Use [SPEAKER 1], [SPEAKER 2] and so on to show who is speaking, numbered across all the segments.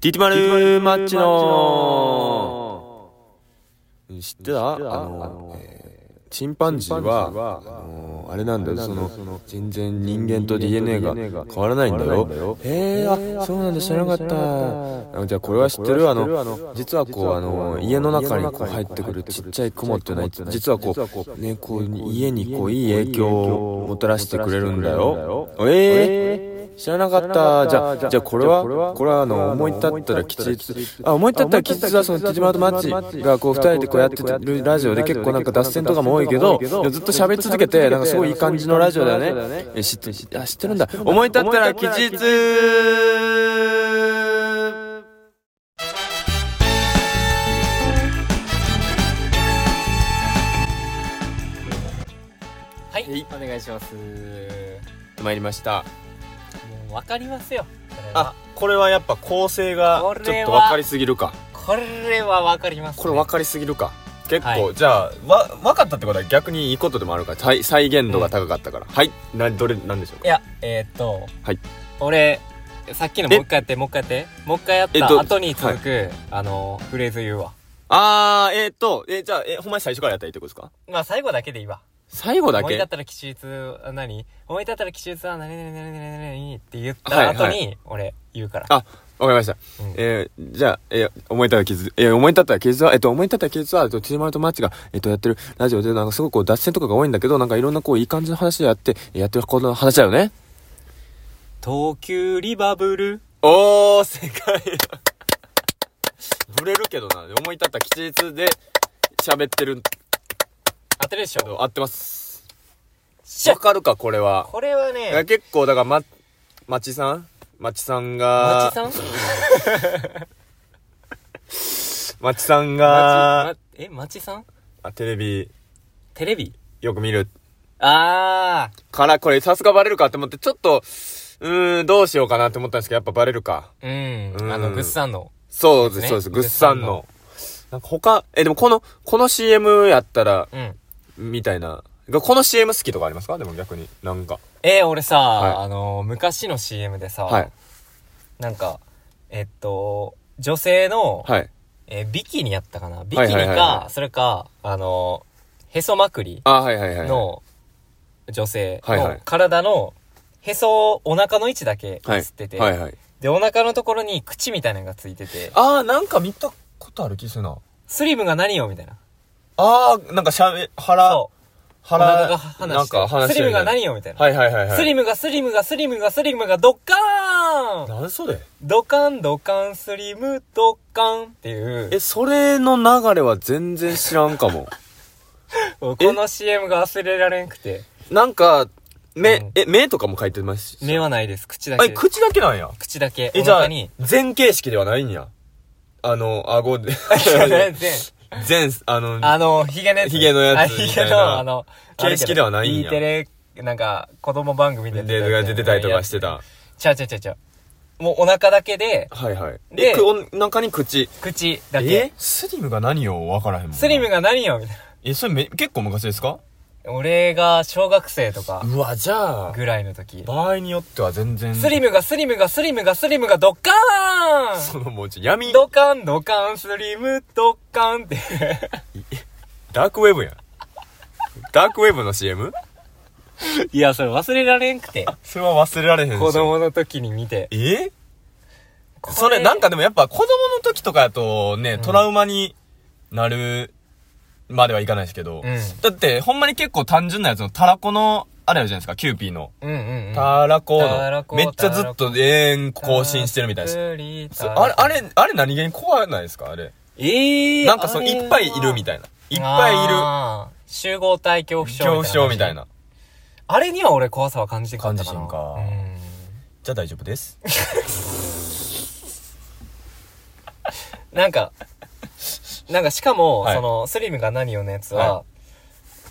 [SPEAKER 1] ティティマルマッチの知ってたあの、えーチンパンジーは、あのーあれなんだよ、その、全然人間と DNA が変わらないんだよ。へえ、あ、そうなんだ、知らなかった。あじゃあ、これは知ってるあの、実はこう、あの、家の中にこう入ってくるちっちゃい雲っていうのは、実はこう、ね、こう、家にこう、いい影響をもたらしてくれるんだよ。ええ知らなかった。じゃあ、じゃあこれは、これはあの、思い立ったら吉日。あ、思い立ったら吉日はその、ティジマルとマッチがこう、二人でこうやってるラジオで結構なんか脱線とかも多いけど、いやずっと喋り続けて、なんかすごいいい感じのラジオだよね。え、知って、知ってあ、知ってるんだ。思い立ったら吉日
[SPEAKER 2] はい、
[SPEAKER 1] はい
[SPEAKER 2] お願いしますも
[SPEAKER 1] 参りました。
[SPEAKER 2] う分かりますよこれ
[SPEAKER 1] あ
[SPEAKER 2] は、
[SPEAKER 1] これはやっぱ構成が
[SPEAKER 2] これは
[SPEAKER 1] ちょっと分かりすぎるか。
[SPEAKER 2] これは分かります、ね、
[SPEAKER 1] これ分かりすぎるか。結構、
[SPEAKER 2] はい
[SPEAKER 1] じゃあ、わ、分かったってことは逆にいいことでもあるから、再再現度が高かったから。はい。な、どれ、なんでしょう
[SPEAKER 2] い
[SPEAKER 1] か。
[SPEAKER 2] やえー、っと、
[SPEAKER 1] はい
[SPEAKER 2] 俺さっきのもう一回やってもう一回やってもう一回やっ
[SPEAKER 1] えったと
[SPEAKER 2] 後に続く、あのフレーズ言うわ
[SPEAKER 1] あー、えー、っと、え、じゃあ、え、ほんまに最初からやったらいいってことですか
[SPEAKER 2] まあ最後だけでいいわ
[SPEAKER 1] 最後だ
[SPEAKER 2] 思い立
[SPEAKER 1] け
[SPEAKER 2] ったら吉日は何思い立ったら吉日は何々何々何々何々って言っ
[SPEAKER 1] はい
[SPEAKER 2] た
[SPEAKER 1] はい
[SPEAKER 2] 後に俺言うから、
[SPEAKER 1] あ、わかりました。
[SPEAKER 2] うん
[SPEAKER 1] えーじゃあ、えー思い立ったら傷、えー思い立ったら傷は、えっと、思い立ったら傷は、えっと、チーマルとマッチが、えっと、やってるラジオで、なんかすごくこう、脱線とかが多いんだけど、なんかいろんなこう、いい感じの話でやって、やってるこの話だよね。
[SPEAKER 2] 東急リバブル
[SPEAKER 1] おー、世界だ。ブレるけどな、思い立った吉日で喋ってる
[SPEAKER 2] 当てるでし
[SPEAKER 1] け
[SPEAKER 2] ょ
[SPEAKER 1] ど、合ってます。
[SPEAKER 2] しゃ
[SPEAKER 1] わかるか、これは。
[SPEAKER 2] これはい
[SPEAKER 1] や
[SPEAKER 2] ね
[SPEAKER 1] 結構、だから、ま、まちさんまちさん
[SPEAKER 2] マ
[SPEAKER 1] が
[SPEAKER 2] チ、さん
[SPEAKER 1] まちさん
[SPEAKER 2] マ
[SPEAKER 1] が
[SPEAKER 2] チ、えマチさん
[SPEAKER 1] あテレビ
[SPEAKER 2] テレビ
[SPEAKER 1] よく見る
[SPEAKER 2] あ
[SPEAKER 1] から、これさすがバレるかって思って、ちょっと、うーん、どうしようかなって思ったんですけど、やっぱバレるか。
[SPEAKER 2] あうん
[SPEAKER 1] うん
[SPEAKER 2] あのグッサンの
[SPEAKER 1] そうです、
[SPEAKER 2] ね
[SPEAKER 1] そうです、
[SPEAKER 2] グ
[SPEAKER 1] ぐっ
[SPEAKER 2] ッ
[SPEAKER 1] さ
[SPEAKER 2] さ
[SPEAKER 1] ん
[SPEAKER 2] ん
[SPEAKER 1] の
[SPEAKER 2] の。
[SPEAKER 1] なんか他、え、でもこの、この CM やったら、
[SPEAKER 2] うん
[SPEAKER 1] みたいな。がこの CM 好きとかありますかでも逆に。なんか。
[SPEAKER 2] えー俺さ、
[SPEAKER 1] はい
[SPEAKER 2] あの昔の CM でさ、
[SPEAKER 1] はい。
[SPEAKER 2] なんかえっと女性の、
[SPEAKER 1] はい。
[SPEAKER 2] えービキニやったかなビキニか、
[SPEAKER 1] はいはいはいはい
[SPEAKER 2] それかあのへそまくり
[SPEAKER 1] あ、はいはいはい。
[SPEAKER 2] の女性
[SPEAKER 1] はいは
[SPEAKER 2] の
[SPEAKER 1] い
[SPEAKER 2] 体のへそをお腹の位置だけ映ってて、
[SPEAKER 1] はいはい。
[SPEAKER 2] でお腹のところに口みたいなのがついてて
[SPEAKER 1] あー、なんか見たことある気するな。
[SPEAKER 2] スリムが何よみたいな
[SPEAKER 1] あー、なんかしゃべ、腹、
[SPEAKER 2] そうお
[SPEAKER 1] 腹、
[SPEAKER 2] 腹が離して
[SPEAKER 1] なんか話し
[SPEAKER 2] ス
[SPEAKER 1] て
[SPEAKER 2] リ
[SPEAKER 1] るみた
[SPEAKER 2] ムが
[SPEAKER 1] いな
[SPEAKER 2] 何よみたいな、
[SPEAKER 1] はいはいはいはい。
[SPEAKER 2] スリムがスリムがスリムがスリムがドッカーン
[SPEAKER 1] なんそれ
[SPEAKER 2] ドカンドカンスリムドカンっていう
[SPEAKER 1] え、それの流れは全然知らんかも。
[SPEAKER 2] この CM が忘れられんくて
[SPEAKER 1] なんか、目、
[SPEAKER 2] うん
[SPEAKER 1] え、目とかも書いてますし。
[SPEAKER 2] 目はないです口だ
[SPEAKER 1] あ
[SPEAKER 2] け
[SPEAKER 1] え、
[SPEAKER 2] です
[SPEAKER 1] 口だけなんや。
[SPEAKER 2] 口だけ
[SPEAKER 1] え、
[SPEAKER 2] お
[SPEAKER 1] じゃあ
[SPEAKER 2] 腹に、
[SPEAKER 1] 全形式ではないんや。あの、顎 で。
[SPEAKER 2] 全然
[SPEAKER 1] 全、あの、
[SPEAKER 2] あのヒゲのやつ
[SPEAKER 1] ヒゲのやつ
[SPEAKER 2] あ
[SPEAKER 1] み
[SPEAKER 2] ヒ
[SPEAKER 1] たいな
[SPEAKER 2] ゲのあの
[SPEAKER 1] 形式ではないんや
[SPEAKER 2] E テレなんか子供番組で
[SPEAKER 1] で、が出てたりとかしてた。
[SPEAKER 2] ちゃうちゃうちゃうちゃうもうお腹だけで
[SPEAKER 1] はいはい。
[SPEAKER 2] で
[SPEAKER 1] え、くお中に口。
[SPEAKER 2] 口だけ
[SPEAKER 1] スリムが何をわからへんもんな。
[SPEAKER 2] スリムが何よみたい
[SPEAKER 1] え、それめ、結構昔ですか
[SPEAKER 2] な俺が小学生とか
[SPEAKER 1] うわ、じゃあ、
[SPEAKER 2] ぐらいの時
[SPEAKER 1] 場合によっては全然。
[SPEAKER 2] スリムがスリムがスリムがスリムがドカーン
[SPEAKER 1] そのもうちょ、闇、
[SPEAKER 2] ドカンドカンスリムドカンって
[SPEAKER 1] ダークウェブやん。ダークウェブの CM?
[SPEAKER 2] いやそれ忘れられんくて
[SPEAKER 1] それは忘れられへんし
[SPEAKER 2] 子供の時に見て
[SPEAKER 1] えそれなんかでもやっぱ子供の時とかやとね、
[SPEAKER 2] ん
[SPEAKER 1] トラウマになるまではいかないですけど、
[SPEAKER 2] うん
[SPEAKER 1] だってほんまに結構単純なやつのタラコの、あれあるじゃないですか、キューピーの。
[SPEAKER 2] うんうんうん
[SPEAKER 1] タラコ
[SPEAKER 2] タラ
[SPEAKER 1] の、
[SPEAKER 2] コ
[SPEAKER 1] めっちゃずっと永遠更新してるみたいです。そ
[SPEAKER 2] す
[SPEAKER 1] うあれ、あれ、あれ何気に怖ないですかあれ。
[SPEAKER 2] ええ
[SPEAKER 1] なんかそのいっぱいいるみたいな。いっぱいいる。
[SPEAKER 2] る集合体恐怖症
[SPEAKER 1] 恐怖症みたい
[SPEAKER 2] 話
[SPEAKER 1] な。
[SPEAKER 2] あれには俺怖さは感じなかったか
[SPEAKER 1] 感じ
[SPEAKER 2] な
[SPEAKER 1] ひんか
[SPEAKER 2] うん
[SPEAKER 1] じゃあ大丈夫 です。
[SPEAKER 2] なんかなんかしかも、
[SPEAKER 1] はい
[SPEAKER 2] そのスリムが何よのやつは、
[SPEAKER 1] は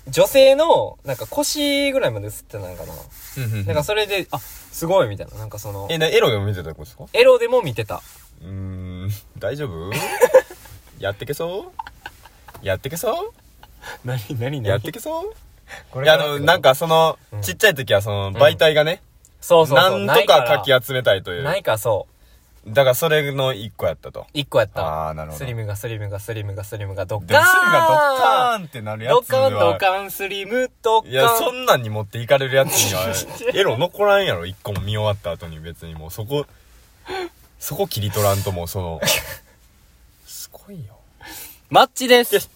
[SPEAKER 2] 女性のなんか腰ぐらいまで映ってないかな、
[SPEAKER 1] うんうんうん
[SPEAKER 2] なんかそれであすごいみたいななんかその
[SPEAKER 1] え、なエロが見てたことですか
[SPEAKER 2] エロでも見てた
[SPEAKER 1] うーん、大丈 夫やってけそうやってけそう
[SPEAKER 2] 何何
[SPEAKER 1] やってけそう
[SPEAKER 2] こ
[SPEAKER 1] いや、あの、なんかその
[SPEAKER 2] う、ん
[SPEAKER 1] ちっちゃい時はその、媒体がね、
[SPEAKER 2] そうそう
[SPEAKER 1] な
[SPEAKER 2] そうん
[SPEAKER 1] とかかき集めたいとい
[SPEAKER 2] な
[SPEAKER 1] う。
[SPEAKER 2] いかそ
[SPEAKER 3] だからそれの一個やったと。
[SPEAKER 2] 一個やった。
[SPEAKER 1] ああ、なるほど。
[SPEAKER 2] スリ
[SPEAKER 1] でも
[SPEAKER 2] ムがスリムがスリムがスリムがドッ
[SPEAKER 1] スリム
[SPEAKER 2] カーン
[SPEAKER 1] がドッカーンってなるや
[SPEAKER 2] ド
[SPEAKER 1] つ
[SPEAKER 2] ッカ
[SPEAKER 1] は。
[SPEAKER 2] ンドカンスリムドッカン
[SPEAKER 1] いや、そんなんに持っていかれるやつには、 エロ残らんやろ、一個も見終わった後に別にもうそこ、そこ切り取らんともうその、すごいよ。
[SPEAKER 2] マッチです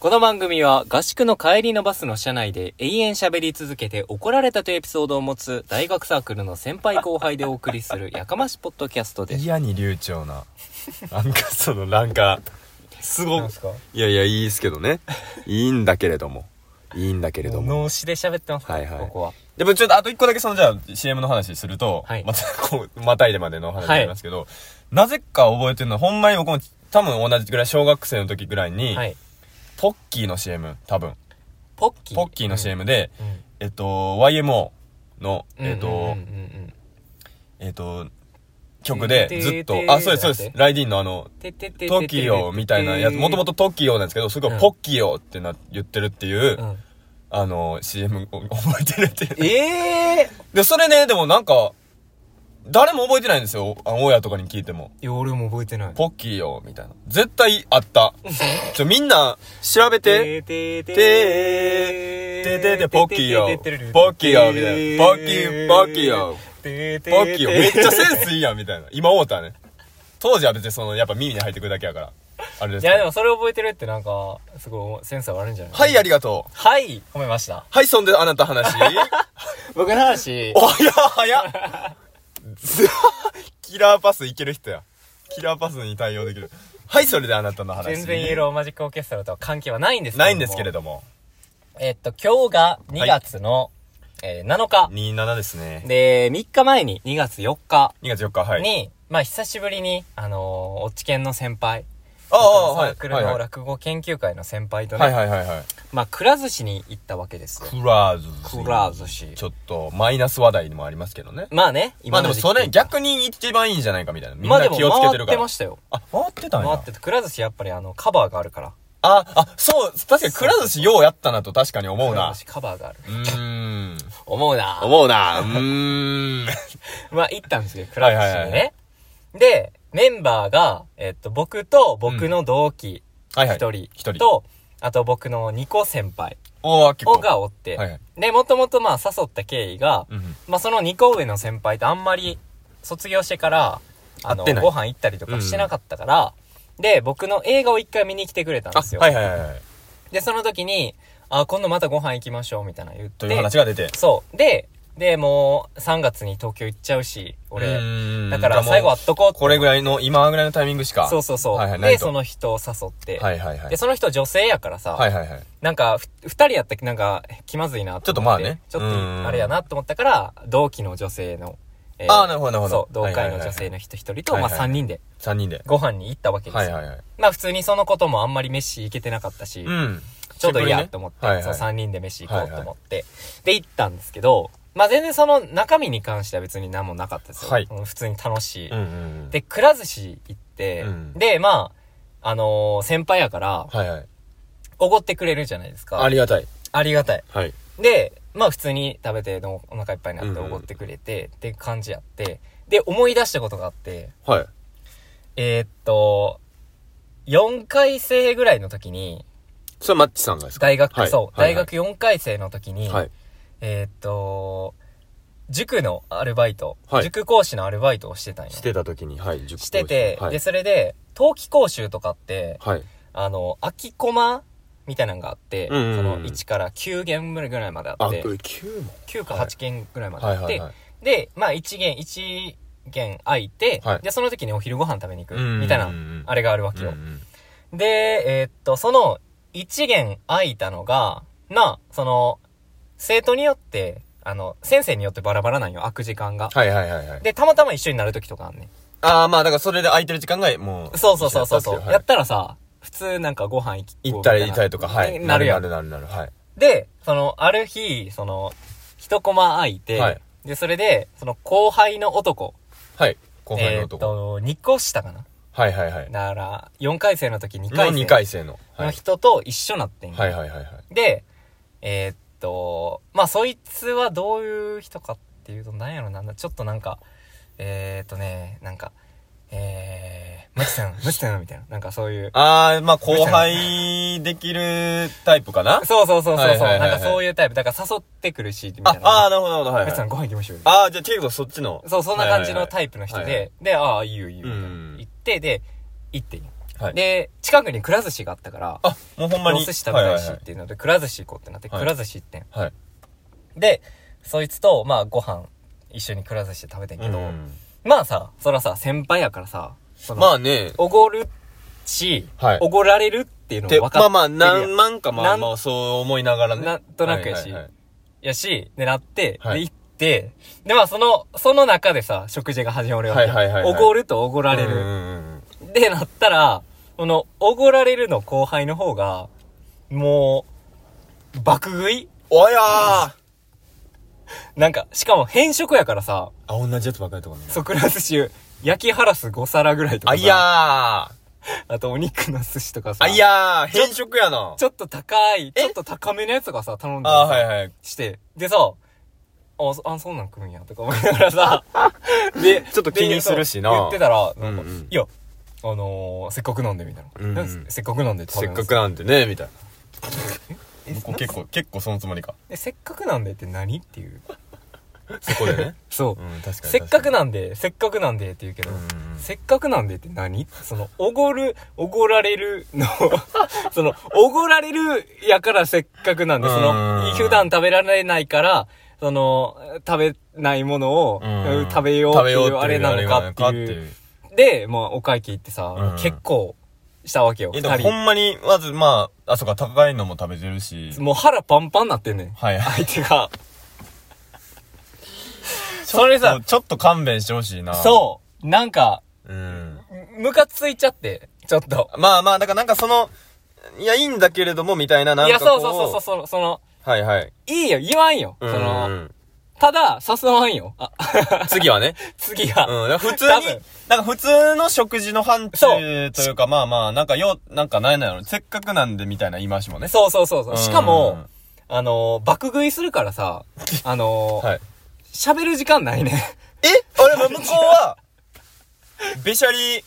[SPEAKER 2] この番組は合宿の帰りのバスの車内で永遠喋り続けて怒られたというエピソードを持つ大学サークルの先輩後輩でお送りするやかましポッドキャストです。
[SPEAKER 1] 嫌に流暢な。なんかその、なんか、すごい。
[SPEAKER 2] か
[SPEAKER 1] いやいや、いいですけどね。いいんだけれども。いいんだけれども。
[SPEAKER 2] 脳死で喋ってますか
[SPEAKER 1] はいはい
[SPEAKER 2] ここは。
[SPEAKER 1] でもちょっとあと一個だけそのじゃあ CM の話すると、
[SPEAKER 2] はい
[SPEAKER 1] またこう、またいでまでの話になりますけど、なぜか覚えてるのは、ほんまに僕も多分同じぐらい小学生の時ぐらいに、
[SPEAKER 2] はい。
[SPEAKER 1] ポッキーの CM、多分。
[SPEAKER 2] ポッキー。
[SPEAKER 1] ポッキーの CM で、
[SPEAKER 2] うん。うん
[SPEAKER 1] えっと、YMO の、えっと、
[SPEAKER 2] うんうんうん
[SPEAKER 1] えっと、曲で
[SPEAKER 2] て
[SPEAKER 1] ずってと
[SPEAKER 2] て、
[SPEAKER 1] あ、そうです、そうで
[SPEAKER 2] だ
[SPEAKER 1] す
[SPEAKER 2] っ。て
[SPEAKER 1] ライディーンのあの、
[SPEAKER 2] てってってって
[SPEAKER 1] トキオみたいなやつ、もともとトキオなんですけど、それ
[SPEAKER 2] う
[SPEAKER 1] が
[SPEAKER 2] ん
[SPEAKER 1] ポッキオってな、言ってるっていう、
[SPEAKER 2] うん
[SPEAKER 1] あの、CM を覚えてるっていう。
[SPEAKER 2] ええ
[SPEAKER 1] で、それね、でもなんか、誰も覚えてないんですよ。あ親とかに聞いても。
[SPEAKER 2] いや、俺も覚えてない。
[SPEAKER 1] ポッキーよ、みたいな。絶対あった。ちょ、みんな、調べて。
[SPEAKER 2] てて
[SPEAKER 1] てててて、ポッキーよ。ポッキーよ、みたいな。ポッキー、ポッキーよ。
[SPEAKER 2] てて
[SPEAKER 1] ポッキーよ。めっちゃセンスいいやん、みたいな。今思ったね。当時は別にその、やっぱ耳に入ってくるだけやから。あれです
[SPEAKER 2] い
[SPEAKER 1] け
[SPEAKER 2] や、で
[SPEAKER 1] ど。
[SPEAKER 2] もそれ覚えてるってなんか、すごいセンスはあるんじゃない
[SPEAKER 1] はい、ありがとう。
[SPEAKER 2] はい褒めました。
[SPEAKER 1] はい、そんであなた 話。
[SPEAKER 2] 僕の話
[SPEAKER 1] お、早っ早っ キラーパスいける人や。キラーパスに対応できる。はい、それであなたの話。
[SPEAKER 2] 全然イエローマジックオーケストラとは関係はないんですけども
[SPEAKER 1] ないんですけれ。ども。
[SPEAKER 2] えっと、今日が2月の、えー7日。
[SPEAKER 1] 27ですね。
[SPEAKER 2] で、3日前に2月4日
[SPEAKER 1] 2月4日、はい。
[SPEAKER 2] に、まあ久しぶりに、あのー、おっちけんの先輩、
[SPEAKER 1] ああ、
[SPEAKER 2] サ
[SPEAKER 1] はい。
[SPEAKER 2] ークル
[SPEAKER 1] はいは
[SPEAKER 2] の
[SPEAKER 1] い
[SPEAKER 2] 落語研究会の先輩とね、
[SPEAKER 1] はいはいはいはい。
[SPEAKER 2] まあくら寿司に行ったわけですよ。
[SPEAKER 1] クラーズ。
[SPEAKER 2] くら寿司
[SPEAKER 1] ちょっと、マイナス話題にもありますけどね。
[SPEAKER 2] まあね、
[SPEAKER 1] まあで
[SPEAKER 2] の
[SPEAKER 1] も、
[SPEAKER 2] 時期
[SPEAKER 1] それ、逆に一番いいんじゃないかみたいな。みん
[SPEAKER 2] まあ
[SPEAKER 1] な
[SPEAKER 2] でも
[SPEAKER 1] 気をつけて
[SPEAKER 2] 回
[SPEAKER 1] る
[SPEAKER 2] っ
[SPEAKER 1] か
[SPEAKER 2] て
[SPEAKER 1] ら
[SPEAKER 2] ま。したよ。
[SPEAKER 1] あ、回ってたん
[SPEAKER 2] 回
[SPEAKER 1] や
[SPEAKER 2] って。て、くら寿司やっぱりあの、カバーがあるから。
[SPEAKER 1] あ、あ、そう、確かにクラ寿司ようやったなと確かに思う
[SPEAKER 2] くら
[SPEAKER 1] な
[SPEAKER 2] 寿。司カバーがある。
[SPEAKER 1] うーん。
[SPEAKER 2] 思うな
[SPEAKER 1] 思うな。うーん。
[SPEAKER 2] まあ、行ったんですよ、クラブ
[SPEAKER 1] はい
[SPEAKER 2] に
[SPEAKER 1] はいは
[SPEAKER 2] ね。で、メンバーが、えっと、僕と僕の同期
[SPEAKER 1] はいは
[SPEAKER 2] 一
[SPEAKER 1] い。一
[SPEAKER 2] 人と、
[SPEAKER 1] 人。
[SPEAKER 2] あと僕の2個先輩
[SPEAKER 1] おお結構。
[SPEAKER 2] をがおって、
[SPEAKER 1] はいはい
[SPEAKER 2] で、もともとまあ、誘った経緯が、
[SPEAKER 1] うんうん。
[SPEAKER 2] まあ、その2個上の先輩とあんまり卒業してから、あ
[SPEAKER 1] 会
[SPEAKER 2] の、
[SPEAKER 1] ってない
[SPEAKER 2] ご飯行ったりとかしてなかったから、で、僕の映画を一回見に来てくれたん
[SPEAKER 1] あ、
[SPEAKER 2] ですよ。
[SPEAKER 1] はいはいはいはい。
[SPEAKER 2] で、その時に、あ、今度またご飯行きましょう、みたいな言っ
[SPEAKER 1] と
[SPEAKER 2] て。
[SPEAKER 1] いう話が出て。
[SPEAKER 2] そう。で、で、もう、3月に東京行っちゃうし、俺、
[SPEAKER 1] 俺
[SPEAKER 2] だから最後会っとこうって
[SPEAKER 1] これぐらいの、今ぐらいのタイミングしか。
[SPEAKER 2] そうそうそう。
[SPEAKER 1] はいはい、ない
[SPEAKER 2] で、
[SPEAKER 1] と
[SPEAKER 2] その人を誘って。
[SPEAKER 1] はいはいはい
[SPEAKER 2] で、。その人女性やからさ、
[SPEAKER 1] はいはいはい。
[SPEAKER 2] なんか、ふ二人やったっけなんか、気まずいなと思って。
[SPEAKER 1] ちょっとまあね
[SPEAKER 2] ちょっ
[SPEAKER 1] うん
[SPEAKER 2] と、あれやなと思ったから、同期の女性の、え
[SPEAKER 1] あーなるほどなるほど
[SPEAKER 2] そう、同会の女性の人一人と、
[SPEAKER 1] はい
[SPEAKER 2] ま
[SPEAKER 1] は
[SPEAKER 2] あ
[SPEAKER 1] いはい
[SPEAKER 2] 三人で
[SPEAKER 1] 3人で。
[SPEAKER 2] ご飯に行ったわけですよ。
[SPEAKER 1] はいはいはい。
[SPEAKER 2] まあ普通にそのこともあんまり飯行けてなかったし、
[SPEAKER 1] うん。
[SPEAKER 2] ちょうどい
[SPEAKER 1] 久しぶ
[SPEAKER 2] い
[SPEAKER 1] り
[SPEAKER 2] や
[SPEAKER 1] ね
[SPEAKER 2] と思って、
[SPEAKER 1] はいはい
[SPEAKER 2] そう3人で飯行こうと思って、で行ったんですけど、まあ全然その中身に関しては別に何もなかったですよ。
[SPEAKER 1] はい
[SPEAKER 2] うん普通に楽しい。
[SPEAKER 1] うんうんうん。
[SPEAKER 2] で、くら寿司行って、
[SPEAKER 1] うん
[SPEAKER 2] で、まあ、あのー先輩やから、
[SPEAKER 1] はいはい。
[SPEAKER 2] おごってくれるじゃないですか。
[SPEAKER 1] ありがたい。
[SPEAKER 2] ありがたい。
[SPEAKER 1] はい。
[SPEAKER 2] で、まあ普通に食べてのお腹いっぱいになって
[SPEAKER 1] うんう
[SPEAKER 2] お
[SPEAKER 1] ん
[SPEAKER 2] ごってくれて、って感じやって、で、思い出したことがあって、
[SPEAKER 1] はい。
[SPEAKER 2] えーっと、4回生ぐらいの時に、
[SPEAKER 1] それはマッチさんがですか
[SPEAKER 2] 大学、
[SPEAKER 1] はい
[SPEAKER 2] そう、
[SPEAKER 1] はいはい
[SPEAKER 2] 大学4回生の時に、
[SPEAKER 1] はい。
[SPEAKER 2] えーっと、塾のアルバイト、
[SPEAKER 1] はい
[SPEAKER 2] 塾講師のアルバイトをしてたんよ。
[SPEAKER 1] してた時に、はい、塾講師
[SPEAKER 2] してて、
[SPEAKER 1] はい
[SPEAKER 2] で、。それで、冬季講習とかって、
[SPEAKER 1] はい。
[SPEAKER 2] あの、空きコマみたいなのがあって、
[SPEAKER 1] うんうんうん
[SPEAKER 2] その1から9限ぐらいまであ
[SPEAKER 1] あ、
[SPEAKER 2] っ
[SPEAKER 1] これ
[SPEAKER 2] て、
[SPEAKER 1] 9問。
[SPEAKER 2] 9か
[SPEAKER 1] はい
[SPEAKER 2] 8限ぐらいまで
[SPEAKER 1] はい
[SPEAKER 2] あっ
[SPEAKER 1] はい
[SPEAKER 2] て
[SPEAKER 1] はい、。
[SPEAKER 2] で、まあ1限、1限空いて、
[SPEAKER 1] はい
[SPEAKER 2] で、その時にお昼ご飯食べに行く、
[SPEAKER 1] うん
[SPEAKER 2] みたい
[SPEAKER 1] うん
[SPEAKER 2] な
[SPEAKER 1] う、ん
[SPEAKER 2] あれがあるわけよ。
[SPEAKER 1] うんうん
[SPEAKER 2] で、えーっと、その1限空いたのが、な、その、生徒によって、あの、先生によってバラバラなんよ、空く時間が。
[SPEAKER 1] はいはいはいはい。
[SPEAKER 2] で、たまたま一緒になる時とかあんねん。
[SPEAKER 1] ああ、まあだからそれで空いてる時間がもう。
[SPEAKER 2] そうそうそうそう。そう
[SPEAKER 1] はい
[SPEAKER 2] やったらさ、普通なんかご飯行き
[SPEAKER 1] 行ったり行ったりとか、はい。
[SPEAKER 2] なるやん。
[SPEAKER 1] なるなるなる。はい。
[SPEAKER 2] で、その、ある日、その、一コマ空いて、
[SPEAKER 1] はい
[SPEAKER 2] で、それで、その後輩の男、
[SPEAKER 1] はい。後輩の
[SPEAKER 2] えーっ
[SPEAKER 1] 男。
[SPEAKER 2] と、2個下かな。
[SPEAKER 1] はいはいはい。
[SPEAKER 2] だから、4回生の時2回
[SPEAKER 1] の
[SPEAKER 2] 生
[SPEAKER 1] 2回生の。は
[SPEAKER 2] の
[SPEAKER 1] い。
[SPEAKER 2] 人と一緒なってん、
[SPEAKER 1] はいはいはいはい。
[SPEAKER 2] で、えーっと、まあ、そいつはどういう人かっていうと、なんやろな、ちょっとなんか、えーっとね、なんか、えー、マ チさん、マチさん、みたいな。なんかそういう。
[SPEAKER 1] あー、まあ、後輩できるタイプかな
[SPEAKER 2] そうそうそうそう。そう
[SPEAKER 1] はいはいはいはい
[SPEAKER 2] なんかそういうタイプ。だから誘ってくる し、みたい
[SPEAKER 1] あ
[SPEAKER 2] な。、
[SPEAKER 1] あー、
[SPEAKER 2] な
[SPEAKER 1] なるほど、なるほど、はい、
[SPEAKER 2] マチさ
[SPEAKER 1] は
[SPEAKER 2] ん
[SPEAKER 1] い。
[SPEAKER 2] ご飯行きましょうよ。
[SPEAKER 1] あー、じゃあ、結構そっちの。
[SPEAKER 2] そう、そんな感じのタ
[SPEAKER 1] イ
[SPEAKER 2] イプの人
[SPEAKER 1] はいはいはい
[SPEAKER 2] で、で、ああ、いいよいいよ、みたいな
[SPEAKER 1] うん
[SPEAKER 2] 行って、で、行っていい。
[SPEAKER 1] プ。はい。
[SPEAKER 2] で、近くにくら寿司があったから、
[SPEAKER 1] あ、もうほんま
[SPEAKER 2] お
[SPEAKER 1] に。
[SPEAKER 2] 寿司食べたいし
[SPEAKER 1] は
[SPEAKER 2] っ
[SPEAKER 1] い
[SPEAKER 2] ていうので、くら寿司行こうってなって、
[SPEAKER 1] はい
[SPEAKER 2] くら寿司行ってん。
[SPEAKER 1] はいはい。
[SPEAKER 2] で、そいつと、まあ、ご飯、一緒にくら寿司食べてん
[SPEAKER 1] はい
[SPEAKER 2] けど、
[SPEAKER 1] うん
[SPEAKER 2] まあさ、そらさ、先輩やからさ、その
[SPEAKER 1] まあね、
[SPEAKER 2] おごるし、
[SPEAKER 1] はい
[SPEAKER 2] おごられるっていうの
[SPEAKER 1] て
[SPEAKER 2] も分かってる
[SPEAKER 1] ま
[SPEAKER 2] や
[SPEAKER 1] あ
[SPEAKER 2] ん。
[SPEAKER 1] まあ、何万か、ま
[SPEAKER 2] な
[SPEAKER 1] あ
[SPEAKER 2] ん
[SPEAKER 1] まあ、そう思いながらね。
[SPEAKER 2] なんとなくやし
[SPEAKER 1] はいはい
[SPEAKER 2] やし、狙って、
[SPEAKER 1] はい
[SPEAKER 2] で、行って、で、まあ、その、その中でさ、食事が始まるわけ。
[SPEAKER 1] はいはいはいはい
[SPEAKER 2] おごるとおごら
[SPEAKER 1] はい
[SPEAKER 2] れ
[SPEAKER 1] うんう
[SPEAKER 2] る。
[SPEAKER 1] んうん
[SPEAKER 2] で、なったら、この、おごられるの後輩の方が、もう、爆食い
[SPEAKER 1] おやーあ、
[SPEAKER 2] なんか、しかも変色やからさ、
[SPEAKER 1] 同じやつばっかりとかね。
[SPEAKER 2] ソクラ寿司、焼きハラス5皿ぐらいとか
[SPEAKER 1] あ
[SPEAKER 2] さ
[SPEAKER 1] いやー
[SPEAKER 2] あとお肉の寿司とかさ、
[SPEAKER 1] あいやー変色やな。
[SPEAKER 2] ちょっと高い、ちょっと高めのやつとかさ、頼んで
[SPEAKER 1] あーはいはい。
[SPEAKER 2] して、でさ、あ、そあそんなん来るんや、とか思いながら さ、で、
[SPEAKER 1] ちょっと気に
[SPEAKER 2] でそう
[SPEAKER 1] するしな
[SPEAKER 2] 言ってたら、なんか、
[SPEAKER 1] うんうん
[SPEAKER 2] いや、あのー、せっかく飲んで、みたいな、
[SPEAKER 1] うんうん
[SPEAKER 2] なんかせっかく飲んでって食
[SPEAKER 1] せ
[SPEAKER 2] べ
[SPEAKER 1] っ
[SPEAKER 2] ま
[SPEAKER 1] か
[SPEAKER 2] す
[SPEAKER 1] くなんでね、みたいな。
[SPEAKER 2] え
[SPEAKER 1] 僕結構、結構そのつもりか。
[SPEAKER 2] えせっかくなんでって何っていう。
[SPEAKER 1] そこでね。
[SPEAKER 2] そう
[SPEAKER 1] う。ん、確かに確かに。
[SPEAKER 2] せっかくなんで、せっかくなんでって言うけど、
[SPEAKER 1] うんうん
[SPEAKER 2] せっかくなんでって何その、おごる、おごられるの、 その、おごられるやからせっかくなんで、そうの、
[SPEAKER 1] ん
[SPEAKER 2] 普段食べられないから、その、食べないものを
[SPEAKER 1] うん
[SPEAKER 2] 食べようっていうあれなのかって
[SPEAKER 1] 食べようって
[SPEAKER 2] いう。で、まあ、お会計行ってさ
[SPEAKER 1] う、ん
[SPEAKER 2] 結構したわけよ、
[SPEAKER 1] え、
[SPEAKER 2] 二
[SPEAKER 1] でもほ
[SPEAKER 2] 人。
[SPEAKER 1] んまに、まずまあ、あ、そうか、高いのも食べてるし。
[SPEAKER 2] もう腹パンパンなってんね ん。
[SPEAKER 1] はいはい。
[SPEAKER 2] 相手が。それ
[SPEAKER 1] そ
[SPEAKER 2] さ
[SPEAKER 1] う、ちょっと勘弁してほしいな。
[SPEAKER 2] そう、なんか、
[SPEAKER 1] う。うん。
[SPEAKER 2] ムカついちゃって、ちょっと。
[SPEAKER 1] まあまあ、だからなんかその、いや、いいんだけれども、みたいな、なん
[SPEAKER 2] い
[SPEAKER 1] か
[SPEAKER 2] や、
[SPEAKER 1] こ
[SPEAKER 2] そうそうそうそう、その、その、
[SPEAKER 1] はいはい。
[SPEAKER 2] いいよ、言わんよ。そ
[SPEAKER 1] うん
[SPEAKER 2] の、ただ、誘わんよ。あ、
[SPEAKER 1] 次はね。
[SPEAKER 2] 次が。
[SPEAKER 1] うん。だから普通
[SPEAKER 2] 多
[SPEAKER 1] に
[SPEAKER 2] 分、
[SPEAKER 1] なんか普通の食事の範
[SPEAKER 2] そう
[SPEAKER 1] 疇というか、まあまあ、なんかよ、なんかないなの。せっかくなんで、みたいな言い回しもね。
[SPEAKER 2] そうそうそうそう。しか
[SPEAKER 1] う
[SPEAKER 2] も
[SPEAKER 1] ん、
[SPEAKER 2] あのー、爆食いするか らさ、あのー、
[SPEAKER 1] はい。
[SPEAKER 2] 喋る時間ないね。
[SPEAKER 1] え俺も向こうは、べしゃり、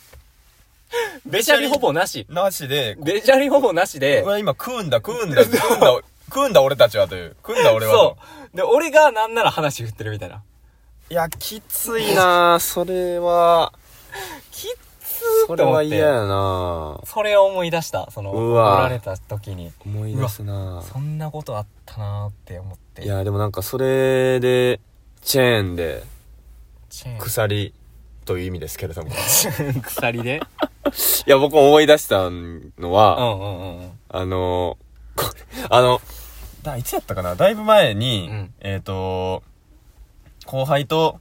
[SPEAKER 2] べしゃりほぼなし。
[SPEAKER 1] なしで、
[SPEAKER 2] べしゃりほぼなしで
[SPEAKER 1] う、わ、今食うんだ、食うんだ、食うんだ、食うんだ俺たちはという。食うんだ俺は
[SPEAKER 2] そ
[SPEAKER 1] と。
[SPEAKER 2] う。で、俺がなんなら話振ってるみたいな。
[SPEAKER 1] いや、きついなぁ、それは。
[SPEAKER 2] きっつー
[SPEAKER 3] そ
[SPEAKER 2] っ
[SPEAKER 3] れ
[SPEAKER 2] て思
[SPEAKER 3] は
[SPEAKER 2] っ
[SPEAKER 3] 嫌
[SPEAKER 2] て。
[SPEAKER 3] やな
[SPEAKER 2] それを思い出した。その、
[SPEAKER 3] う
[SPEAKER 2] 怒
[SPEAKER 3] わ
[SPEAKER 2] られた時に。
[SPEAKER 3] 思い出すな
[SPEAKER 2] そんなことあったなーって思って。
[SPEAKER 3] いやでもなんかそれでチェーンで
[SPEAKER 2] チェーン、
[SPEAKER 1] 鎖という意味ですけれども。い
[SPEAKER 2] 鎖で。
[SPEAKER 3] いや僕思い出したの
[SPEAKER 2] う
[SPEAKER 3] は、
[SPEAKER 2] んうんうんうん。
[SPEAKER 3] あのこあの
[SPEAKER 1] だいつやったかなだいぶ前に、
[SPEAKER 2] うん
[SPEAKER 1] えっ、と、後輩と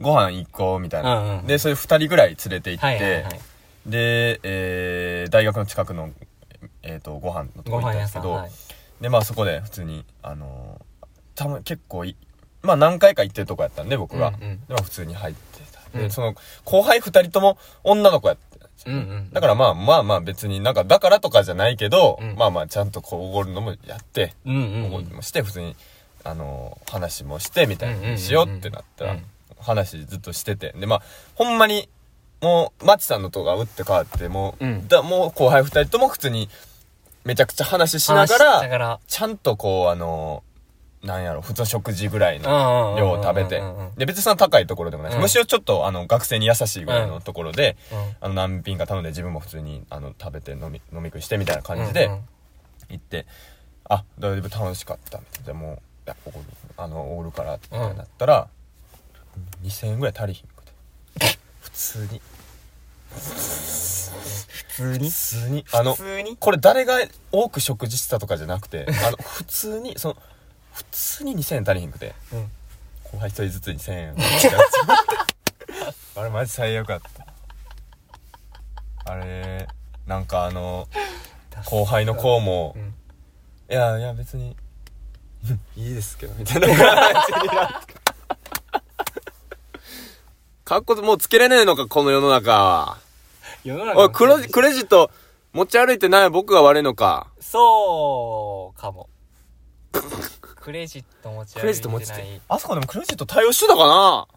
[SPEAKER 1] ご飯行こうみたいな。
[SPEAKER 2] うんうん
[SPEAKER 1] で、それ二人ぐらい連れて行って、
[SPEAKER 2] はいはいはい。
[SPEAKER 1] で、えー、大学の近くの、えっ、と、ご飯のとこ
[SPEAKER 2] ご
[SPEAKER 1] 行ったん
[SPEAKER 2] 飯
[SPEAKER 1] で
[SPEAKER 2] 屋
[SPEAKER 1] す
[SPEAKER 2] さ
[SPEAKER 1] け
[SPEAKER 2] ん。
[SPEAKER 1] ど、
[SPEAKER 2] はい
[SPEAKER 1] で、まあそこで普通に、あのー、たま、結構い、まあ何回か行ってるとこやったんで、僕が。
[SPEAKER 2] うんうん
[SPEAKER 1] で、まあ普通に入ってた。で、
[SPEAKER 2] うん
[SPEAKER 1] その、後輩二人とも女の子やった。
[SPEAKER 2] うんうん。
[SPEAKER 1] だからまあまあまあ別になんかだからとかじゃないけど、
[SPEAKER 2] うん
[SPEAKER 1] まあまあちゃんとこうおごるのもやって、
[SPEAKER 2] うんうん
[SPEAKER 1] おごりもして普通に、あのー話もしてみたい
[SPEAKER 2] うんうんうんう
[SPEAKER 1] なんしようってなったら、
[SPEAKER 2] うん
[SPEAKER 1] 話ずっとしててでまあほんまにもうマチさんのとこが打って変わってもう,、
[SPEAKER 2] うん
[SPEAKER 1] だもう後輩二人とも普通にめちゃくちゃ話しなが
[SPEAKER 2] 話しな
[SPEAKER 1] ら
[SPEAKER 2] がら
[SPEAKER 1] ちゃんとこうあのーなんやろ普通の食事ぐらいの
[SPEAKER 2] うんうんうんうんう
[SPEAKER 1] 量
[SPEAKER 2] ん
[SPEAKER 1] を食べてで別にそんな高いところでもないし、
[SPEAKER 2] うん
[SPEAKER 1] むしろちょっとあの学生に優しいぐらいのところで、
[SPEAKER 2] うん
[SPEAKER 1] あの何品か頼んで自分も普通にあの食べて飲み飲み食いしてみたいな感じで
[SPEAKER 2] うんうん
[SPEAKER 1] 行って、あだいぶ楽しかったみたいなじゃあもういやおごるあのおごるからって
[SPEAKER 2] うん
[SPEAKER 1] なったら、2000円ぐらい足りひんくて普通に
[SPEAKER 2] 普通に
[SPEAKER 1] 普通にあの
[SPEAKER 2] 普通に
[SPEAKER 1] これ誰が多く食事したとかじゃなくてあの普通にその普通に2000円足りひんくて
[SPEAKER 2] うん
[SPEAKER 1] 後輩一人ずつ2000円 あれマジ最悪やったあれなんかあの後輩の子も
[SPEAKER 2] うん
[SPEAKER 1] 「いやいや別にいいですけど」みたいな感じになって
[SPEAKER 3] かっこもうつけれねえのかこの世の中は
[SPEAKER 2] 世の中
[SPEAKER 3] おい
[SPEAKER 2] の
[SPEAKER 3] クロジクレジット持ち歩いてない僕が悪いのか
[SPEAKER 2] そうかもクレジット持ち歩いてない
[SPEAKER 3] クレジット持ちて
[SPEAKER 1] あそこでもクレジット対
[SPEAKER 3] 対応してたかな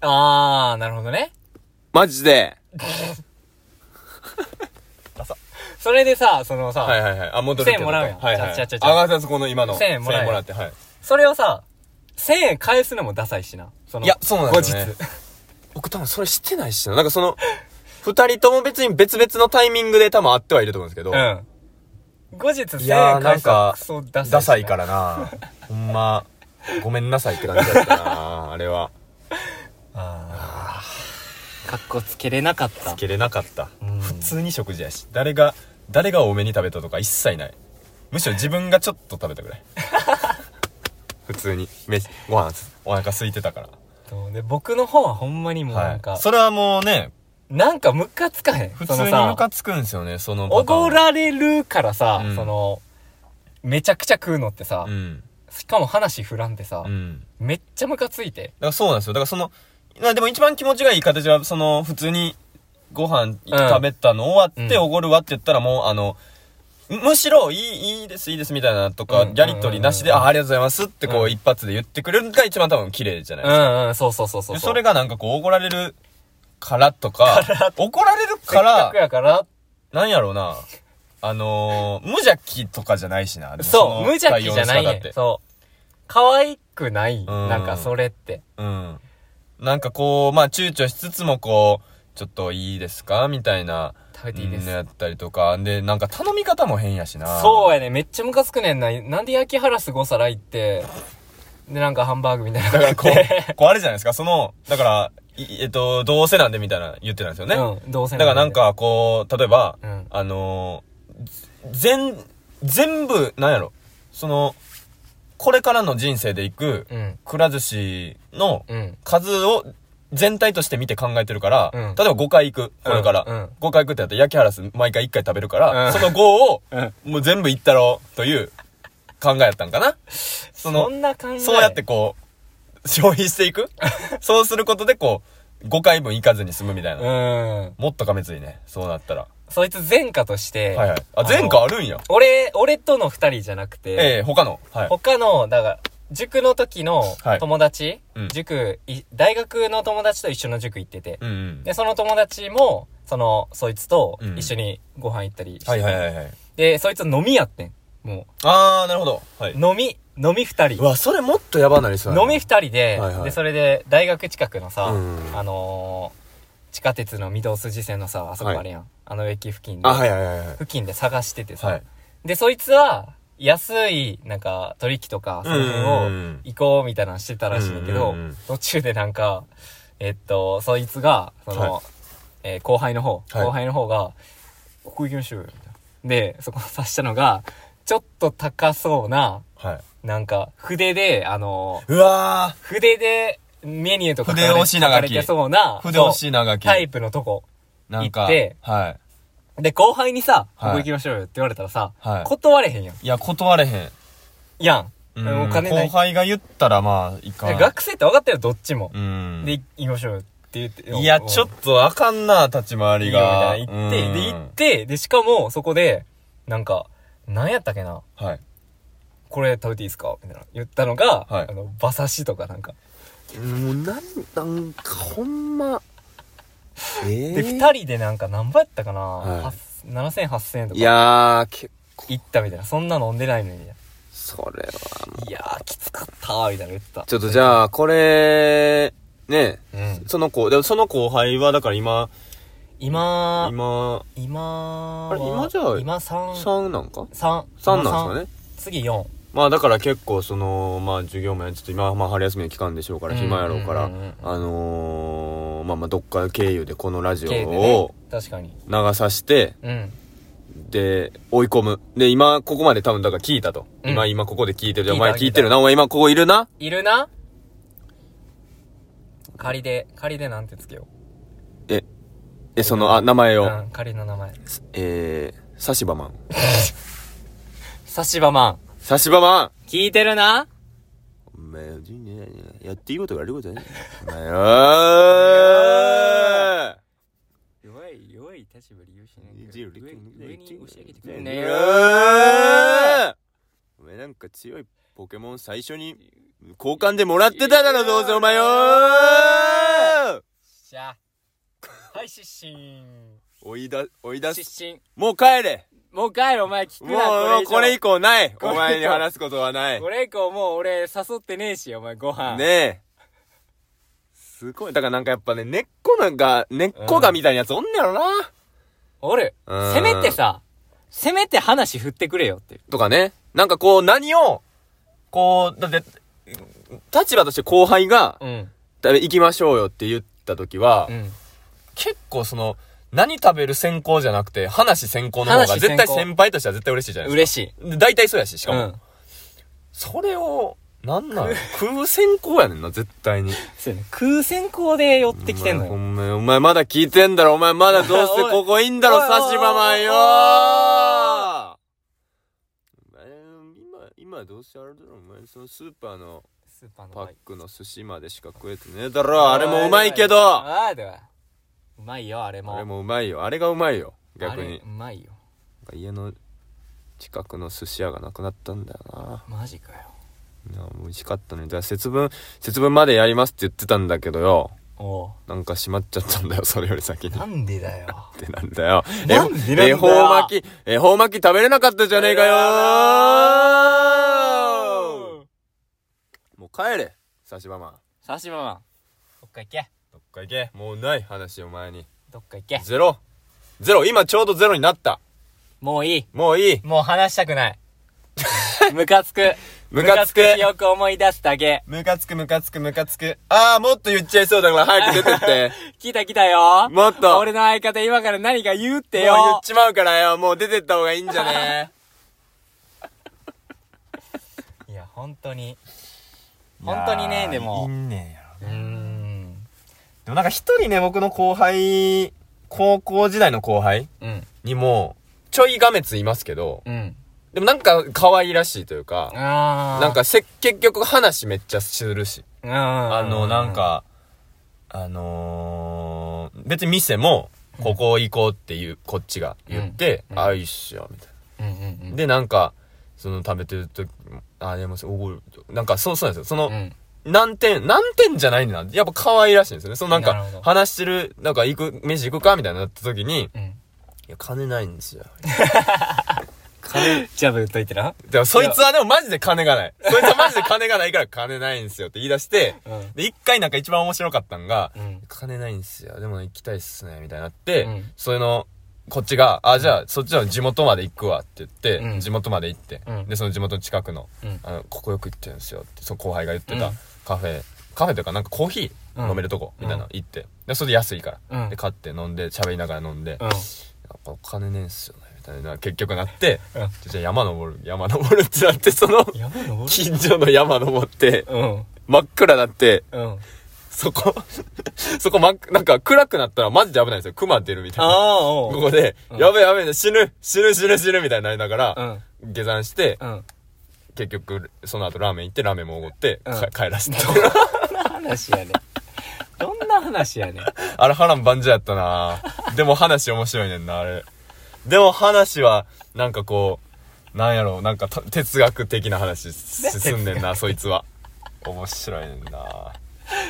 [SPEAKER 2] あーなるほどね
[SPEAKER 3] マジで
[SPEAKER 2] それでさ、そのさ、
[SPEAKER 1] はいはいはい。あ、戻るけど
[SPEAKER 2] 1000もらうやん
[SPEAKER 1] はいはい。
[SPEAKER 2] ちゃちゃちゃちゃ
[SPEAKER 1] あわざわざこの今の。
[SPEAKER 2] 1000円もらうやん
[SPEAKER 1] って。はい。
[SPEAKER 2] それをさ、1000円返すのもダサいしな。その
[SPEAKER 1] いや、そうなんですよ、ね。
[SPEAKER 2] 後日。
[SPEAKER 1] 僕多分それしてないしな。なんかその、二人とも別に別々のタイミングで多分会ってはいると思うんですけど。
[SPEAKER 2] うん。後日
[SPEAKER 1] い
[SPEAKER 2] 1000
[SPEAKER 1] やー
[SPEAKER 2] 円
[SPEAKER 1] な
[SPEAKER 2] 返
[SPEAKER 1] ん
[SPEAKER 2] すのは
[SPEAKER 1] か
[SPEAKER 2] クソダサいしな。
[SPEAKER 1] ダサいからな。ほんま、ごめんなさいって感じだったな。あれは。
[SPEAKER 2] かっこつけれなかった
[SPEAKER 1] つ。けれなかった。
[SPEAKER 2] うん
[SPEAKER 1] 普通に食事やし。誰が、誰が多めに食べたとか一切ない。むしろ自分がちょっと食べたぐらい。普通に。飯、ご飯、お腹空いてたから。
[SPEAKER 2] そうね僕の方はほんまにもうなんか、
[SPEAKER 1] はい。それはもうね、
[SPEAKER 2] なんかムカつかへん。
[SPEAKER 1] 普通
[SPEAKER 2] そ
[SPEAKER 1] に
[SPEAKER 2] のさ
[SPEAKER 1] ムカつくんですよね、その
[SPEAKER 2] おご
[SPEAKER 1] ん。
[SPEAKER 2] られるからさ、
[SPEAKER 1] うん
[SPEAKER 2] その、めちゃくちゃ食うのってさ、
[SPEAKER 1] うん。
[SPEAKER 2] しかも話振らんでさ、
[SPEAKER 1] うん。
[SPEAKER 2] めっちゃムカついて。
[SPEAKER 1] だからそうなんですよ。だからその、まあでも一番気持ちがいい形は、その、普通にご飯食べたの終わって
[SPEAKER 2] うん
[SPEAKER 1] おごるわって言ったらもう、あの、むむしろ、いい、いいです、いいですみたいなとか、
[SPEAKER 2] うん
[SPEAKER 1] やりとりなしで、
[SPEAKER 2] うん
[SPEAKER 1] あ、ありがとうございますってこ
[SPEAKER 2] う
[SPEAKER 1] うん一発で言ってくれるのが一番多分綺麗じゃないうですか。
[SPEAKER 2] んうん、そうそうそうそう
[SPEAKER 1] で
[SPEAKER 2] そう。
[SPEAKER 1] それがなんかこう、怒られるからとか、怒られるか
[SPEAKER 2] せっからく、やから、
[SPEAKER 1] なんやろうな、あのー無邪気とかじゃないしな。でも
[SPEAKER 2] そう、
[SPEAKER 1] の
[SPEAKER 2] 無邪気じゃな
[SPEAKER 1] 対応の仕
[SPEAKER 2] い
[SPEAKER 1] 方っ
[SPEAKER 2] ね
[SPEAKER 1] て
[SPEAKER 2] ん。そう。可愛くない、
[SPEAKER 1] ん
[SPEAKER 2] なんかそれって。
[SPEAKER 1] うん。なんかこう、まあ躊躇しつつもこう、ちょっといいですかみたいな。
[SPEAKER 2] 食べていいです
[SPEAKER 1] うんやったりとか。で、なんか頼み方も変やしな。
[SPEAKER 2] そう
[SPEAKER 1] や。
[SPEAKER 2] やね、めっちゃムカつくねんな。なんで焼きハラス5皿行って、で、なんかハンバーグみたいな
[SPEAKER 1] だからこ
[SPEAKER 2] 買って
[SPEAKER 1] う、こうあれじゃないですか。その、だから、いえっと、どうせなんでみたいな言ってたんですよね。
[SPEAKER 2] うん、どうせ
[SPEAKER 1] だからなん
[SPEAKER 2] で、
[SPEAKER 1] かこう、例えば、
[SPEAKER 2] うん
[SPEAKER 1] あのー、全、全部、なんやろ。その、これからの人生で行く、
[SPEAKER 2] うん、
[SPEAKER 1] くら寿司の
[SPEAKER 2] うん、
[SPEAKER 1] 数を全体として見て考えてるから、
[SPEAKER 2] うん
[SPEAKER 1] 例えば5回行く、これから。
[SPEAKER 2] うんうん
[SPEAKER 1] 5回行くってやったら、焼きハラス毎回1回食べるから、
[SPEAKER 2] うん
[SPEAKER 1] その5を、
[SPEAKER 2] うん
[SPEAKER 1] もう全部行ったろう、という考えやったんかな。その
[SPEAKER 2] そ、んな考え。
[SPEAKER 1] そうやってこう、消費してい くそうすることでこう、5回分行かずに済むみたいな。
[SPEAKER 2] うん。
[SPEAKER 1] もっとかめついね、そうなったら。
[SPEAKER 2] そいつ前科として、
[SPEAKER 1] はいはい。あ、
[SPEAKER 2] の
[SPEAKER 1] 前科あるんや。
[SPEAKER 2] 俺、俺との二人じゃなくて、
[SPEAKER 1] ええ他の。はい。
[SPEAKER 2] 他の、だから、塾の時の
[SPEAKER 1] はい
[SPEAKER 2] 友達、
[SPEAKER 1] うん
[SPEAKER 2] 塾い、大学の友達と一緒の塾行ってて、
[SPEAKER 1] うんうん。
[SPEAKER 2] で、その友達も、その、そいつと
[SPEAKER 1] うん
[SPEAKER 2] 一緒にご飯行ったりして、
[SPEAKER 1] はいはいはいはい。
[SPEAKER 2] で、そいつ飲みやってん。も
[SPEAKER 1] あー、なるほど。は
[SPEAKER 2] う、
[SPEAKER 1] い。
[SPEAKER 2] 飲み、飲み二
[SPEAKER 1] う
[SPEAKER 2] 人。
[SPEAKER 1] わ、それもっとやばなりそうやな
[SPEAKER 2] 飲み二人で、
[SPEAKER 3] はいはい
[SPEAKER 2] で、それで、大学近くのさ、
[SPEAKER 3] うん
[SPEAKER 2] あのー地下鉄の御堂筋線のさ、あそこあるやん。あの駅付近で、
[SPEAKER 3] あ、はいはいはいはい。
[SPEAKER 2] 付近で探しててさ、
[SPEAKER 1] はい。
[SPEAKER 2] で、そいつは、安い、なんか、取引とか、その辺
[SPEAKER 1] うんうんう
[SPEAKER 2] を
[SPEAKER 1] ん、
[SPEAKER 2] 行こうみたいなのしてたらしいんだけど、
[SPEAKER 1] うんうんうん
[SPEAKER 2] 途中でなんか、えっと、そいつが、その、
[SPEAKER 1] はい
[SPEAKER 2] えー後輩の方、
[SPEAKER 1] はい
[SPEAKER 2] 後輩の方が、ここ行きましょうよ、みたいな。で、そこを指したのが、ちょっと高そうな、
[SPEAKER 1] はい。
[SPEAKER 2] なんか、筆で、あの、
[SPEAKER 1] うわー。
[SPEAKER 2] 筆で、メニューとか書かれ
[SPEAKER 1] 筆押し長き
[SPEAKER 2] 書かれてそうな、
[SPEAKER 1] 筆押し長
[SPEAKER 2] そう
[SPEAKER 1] き。
[SPEAKER 2] タイプのとこ。
[SPEAKER 1] なんか、
[SPEAKER 2] 行って
[SPEAKER 1] はい。
[SPEAKER 2] で、後輩にさ、こ
[SPEAKER 1] はい
[SPEAKER 2] こ行きましょうよって言われたらさ、
[SPEAKER 1] はい
[SPEAKER 2] 断れへんやん。
[SPEAKER 1] いや、断れへん。
[SPEAKER 2] やん。
[SPEAKER 1] うん
[SPEAKER 2] お金ない
[SPEAKER 1] 後。輩が言ったら、まあ、いかん。
[SPEAKER 2] 学生って分かってるどっちも
[SPEAKER 1] う。ん。
[SPEAKER 2] で、行きましょうよって言って。
[SPEAKER 1] いや、ちょっとあかんな、立ち回
[SPEAKER 2] と
[SPEAKER 1] りが。
[SPEAKER 2] 行って、
[SPEAKER 1] うん
[SPEAKER 2] で、行って、で、しかも、そこで、なんか、何やったっけな
[SPEAKER 1] はい。
[SPEAKER 2] これ食べていいですかみたいな。言ったのが、
[SPEAKER 1] はい
[SPEAKER 2] あの、馬刺しとかなんか。
[SPEAKER 3] もうなん、なんかほんま。ええ
[SPEAKER 2] で、二人でなんか何倍やったかな、
[SPEAKER 3] はい
[SPEAKER 2] はっ7000、8000円と
[SPEAKER 3] い
[SPEAKER 2] か。
[SPEAKER 3] やー、け、
[SPEAKER 2] 行ったみたいな。そんなの飲んでないのに。
[SPEAKER 3] それは。
[SPEAKER 2] いやー、きつかったー、みたいな言ってた。
[SPEAKER 3] ちょっとじゃあ、これ、ね、
[SPEAKER 2] うん。
[SPEAKER 1] その子、でもその後輩は、だから今、
[SPEAKER 2] 今、
[SPEAKER 1] 今、
[SPEAKER 2] 今は、
[SPEAKER 3] あれ今じゃあ
[SPEAKER 2] 今3、
[SPEAKER 3] 3なんか
[SPEAKER 2] 3、
[SPEAKER 3] ?3 なんですかね
[SPEAKER 2] 次4。
[SPEAKER 1] まあだから結構その、まあ授業もやりつつ、今、まあ春休みの期間でしょうから、
[SPEAKER 2] うん
[SPEAKER 1] 暇やろうから、
[SPEAKER 2] うんうんうん
[SPEAKER 1] あのー、まあまあどっか経由でこのラジオ
[SPEAKER 2] 系でね
[SPEAKER 1] を。
[SPEAKER 2] 確かに。
[SPEAKER 1] 流さして、
[SPEAKER 2] うん。
[SPEAKER 1] で、追い込む。で、今、ここまで多分、だから聞いたと。
[SPEAKER 2] うん
[SPEAKER 1] 今、今、ここで聞いてる。お
[SPEAKER 2] 聞いた
[SPEAKER 1] 前聞いてるな。お前今、ここいるない
[SPEAKER 2] るな仮で、仮でなんてつけよ
[SPEAKER 1] え、その、あ、名前
[SPEAKER 2] う。
[SPEAKER 1] を。
[SPEAKER 2] うん、仮の名前。
[SPEAKER 1] えー、サシバマン。
[SPEAKER 2] サシバマン。
[SPEAKER 1] サシバマン
[SPEAKER 2] 聞いてるな
[SPEAKER 3] お前、やっていいことがあることね。
[SPEAKER 1] お前よー
[SPEAKER 2] 弱い、弱い立場利用しない
[SPEAKER 3] 上上に押し上げてくれ
[SPEAKER 1] い
[SPEAKER 3] ね
[SPEAKER 1] や
[SPEAKER 3] よ
[SPEAKER 1] ーお前なんか強いポケモン最初に交換でもらってただろどうせお前よー
[SPEAKER 2] しゃ。はい。い失神
[SPEAKER 1] 追いだ、追い出す。
[SPEAKER 2] 失神
[SPEAKER 1] もう帰れ
[SPEAKER 2] もう帰るお前聞く
[SPEAKER 1] もう、
[SPEAKER 2] な
[SPEAKER 1] もうこれ以
[SPEAKER 2] 以
[SPEAKER 1] 降ない
[SPEAKER 2] こ
[SPEAKER 1] お
[SPEAKER 2] れ以降
[SPEAKER 1] 前に話すことはない
[SPEAKER 2] 降こ。れ以降もう俺誘ってねえしお前ご飯
[SPEAKER 1] ねえ。すごい。だからなんかやっぱね、根っこなんか、根っこがみたいなやつおんねやろな。
[SPEAKER 2] おる
[SPEAKER 1] うん
[SPEAKER 2] せめてさせめて話振ってくれよって
[SPEAKER 1] とかね。なんかこう、何を、こう、だって、立場として後輩が、
[SPEAKER 2] うん
[SPEAKER 1] 食べ行きましょうよって言った時は、
[SPEAKER 2] うん
[SPEAKER 1] 結構その、何食べる先行じゃなくて、話先行の方が
[SPEAKER 2] 話
[SPEAKER 1] 絶対
[SPEAKER 2] 先行
[SPEAKER 1] 先輩としては絶対嬉しいじゃないです
[SPEAKER 2] 嬉しい
[SPEAKER 1] か。で大体そうやし、しか
[SPEAKER 2] う
[SPEAKER 1] も。
[SPEAKER 2] ん
[SPEAKER 1] それを、なんなん食う先行やねんな、絶対に。
[SPEAKER 2] そうやね空先行で寄ってきてんの
[SPEAKER 1] お
[SPEAKER 2] よ
[SPEAKER 1] 前、お前まだ聞いてんだろ、お前まだどうせここいいんだろ
[SPEAKER 2] おい、
[SPEAKER 1] サシバマンよー今、今どうせあれだろ、お前そのスーパーの
[SPEAKER 2] スーパーの
[SPEAKER 1] パ
[SPEAKER 2] バ
[SPEAKER 1] ッ
[SPEAKER 2] イ
[SPEAKER 1] クの寿司までしか食えてねえだろ、あれもうまいけどあ
[SPEAKER 2] ああではうまいよあれも
[SPEAKER 1] れもうまいよ、あれがうまいよ、逆
[SPEAKER 2] あ
[SPEAKER 1] に
[SPEAKER 2] れう。まいよ
[SPEAKER 1] なんか家の近くの寿司屋がなくなったんだよな。
[SPEAKER 2] マジかよ
[SPEAKER 1] いやもう美味しかったのに。だから節分、節分までやりますって言ってたんだけどよ。
[SPEAKER 2] お
[SPEAKER 1] なんか閉まっちゃったんだよ、それより先に。
[SPEAKER 2] う
[SPEAKER 1] っ
[SPEAKER 2] んでだよ
[SPEAKER 1] てなんだ よ。
[SPEAKER 2] なんでなんだ
[SPEAKER 1] え
[SPEAKER 2] よ
[SPEAKER 1] 恵方巻き、恵方巻き食べれなかったじゃねえかよもう帰れ、サシバマ
[SPEAKER 2] さしママどっか行け
[SPEAKER 1] どっか行け。もうない話お前に。
[SPEAKER 2] どっか行け
[SPEAKER 1] ゼロ。ゼロ、今ちょうどゼロになった。
[SPEAKER 2] もういい
[SPEAKER 1] もういい。
[SPEAKER 2] もう話したくない ムカつく
[SPEAKER 1] ムカつく。
[SPEAKER 2] よく思い出すだけ
[SPEAKER 1] ムカつくムカつくムカつく。あー、もっと言っちゃいそうだから早く出てって。
[SPEAKER 2] 来た来たよ
[SPEAKER 1] もっと。
[SPEAKER 2] 俺の相方今から何か言うって
[SPEAKER 1] もう言っ
[SPEAKER 2] よ
[SPEAKER 1] ちまうからよ、もう出てった方がいいんじゃね
[SPEAKER 2] いや本当に 本当にねでも
[SPEAKER 1] んねんや
[SPEAKER 2] うーん
[SPEAKER 1] でもなんか一人ね、僕の後輩、高校時代の後輩
[SPEAKER 2] うん
[SPEAKER 1] にも、ちょいがめついますけど、
[SPEAKER 2] うん
[SPEAKER 1] でもなんか可愛らしいというか、
[SPEAKER 2] ああ
[SPEAKER 1] なんかせ、結局話めっちゃするし。
[SPEAKER 2] あ
[SPEAKER 1] あの、なんか、あのー、別に店も、ここ行こうっていう、こっちが言って、
[SPEAKER 2] うん
[SPEAKER 1] あいっしょ、みたいな。
[SPEAKER 2] うんうんうん
[SPEAKER 1] で、なんか、その食べてる時も、あ、でも、おごる。なんか、そう、そうなんですよ。その、
[SPEAKER 2] うん
[SPEAKER 1] 難点、難点じゃないんだな。やっぱ可愛らしいんですよね。そのなん
[SPEAKER 2] なる
[SPEAKER 1] か
[SPEAKER 2] ほど、
[SPEAKER 1] 話してる、なんか行く、飯行くかみたいになった時に、い
[SPEAKER 2] うん
[SPEAKER 1] や、金ないんですよ。
[SPEAKER 2] ジャブ打っといてな
[SPEAKER 1] でも、そいつはでもマジで金がない。そいつはマジで金がないから金ないんですよって言い出して、
[SPEAKER 2] うん
[SPEAKER 1] で、一回なんか一番面白かったんが、
[SPEAKER 2] うん
[SPEAKER 1] 金ないんですよ。でも行きたいっすね、みたいになって、
[SPEAKER 2] うん
[SPEAKER 1] それの、こっちが、あ、じゃあ、そっちの地元まで行くわって言って、
[SPEAKER 2] うん
[SPEAKER 1] 地元まで行って、
[SPEAKER 2] うん
[SPEAKER 1] で、その地元の近くの、
[SPEAKER 2] うん
[SPEAKER 1] あの、ここよく行ってるんですよって、その後輩が言ってた、
[SPEAKER 2] うん
[SPEAKER 1] カフェ、カフェというかなんかコーヒー飲めるとこ、
[SPEAKER 2] うん
[SPEAKER 1] みたいなの行って、で、それで安いから、
[SPEAKER 2] うん
[SPEAKER 1] で、買って飲んで、喋りながら飲んで、
[SPEAKER 2] うん
[SPEAKER 1] やっぱお金ねえんすよね、みたいな、結局なって、
[SPEAKER 2] うん
[SPEAKER 1] じゃあ山登る、山登るってなって、その、
[SPEAKER 2] 山登る
[SPEAKER 1] 近所の山登って、
[SPEAKER 2] うん
[SPEAKER 1] 真っ暗なって、
[SPEAKER 2] うん
[SPEAKER 1] そこ、 そこ真っ、なんか暗くなったらマジで危ないんですよ。熊出るみたい
[SPEAKER 2] あ
[SPEAKER 1] な。
[SPEAKER 2] あ
[SPEAKER 1] こ
[SPEAKER 2] おう
[SPEAKER 1] こで、
[SPEAKER 2] うん
[SPEAKER 1] やべえやべえ、死ぬ、死ぬ死ぬ死ぬみたいになりながら、下山して、
[SPEAKER 2] うんうん
[SPEAKER 1] 結局、その後ラーメン行って、ラーメンもおごって、
[SPEAKER 2] うん
[SPEAKER 1] か帰らせて。
[SPEAKER 2] どんな話やねんどんな話やねん
[SPEAKER 1] あれ波乱万丈やったなでも話面白いねんな、あれ。でも話は、なんかこう、なんやろう、なんかた哲学的な話進んでんな、そいつは。面白いねんな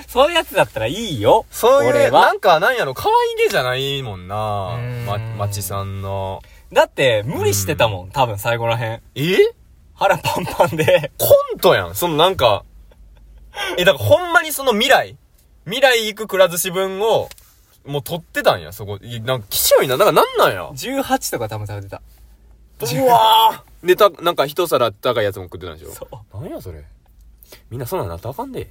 [SPEAKER 2] そういうやつだったらいいよ
[SPEAKER 1] そうい
[SPEAKER 2] 俺
[SPEAKER 1] う、な
[SPEAKER 2] は
[SPEAKER 1] んかなんやろ、可愛げじゃないもんな
[SPEAKER 2] ーん
[SPEAKER 1] ま、まちさんの。
[SPEAKER 2] だって無理してたもん多分最後らへん
[SPEAKER 1] え
[SPEAKER 2] 腹パンパンで
[SPEAKER 1] コントやん。そのなんか、え、だからほんまにその未来、未来行くくら寿司分を、もう取ってたんや、そこ。いなんか、きしょいな。なんかなんなんや。
[SPEAKER 2] 18とか多分食べてた
[SPEAKER 1] うわー で、た、なんか一皿高いやつも食ってたんでしょ
[SPEAKER 2] そう
[SPEAKER 1] なんやそれ。みんなそんなんなったらあかんで。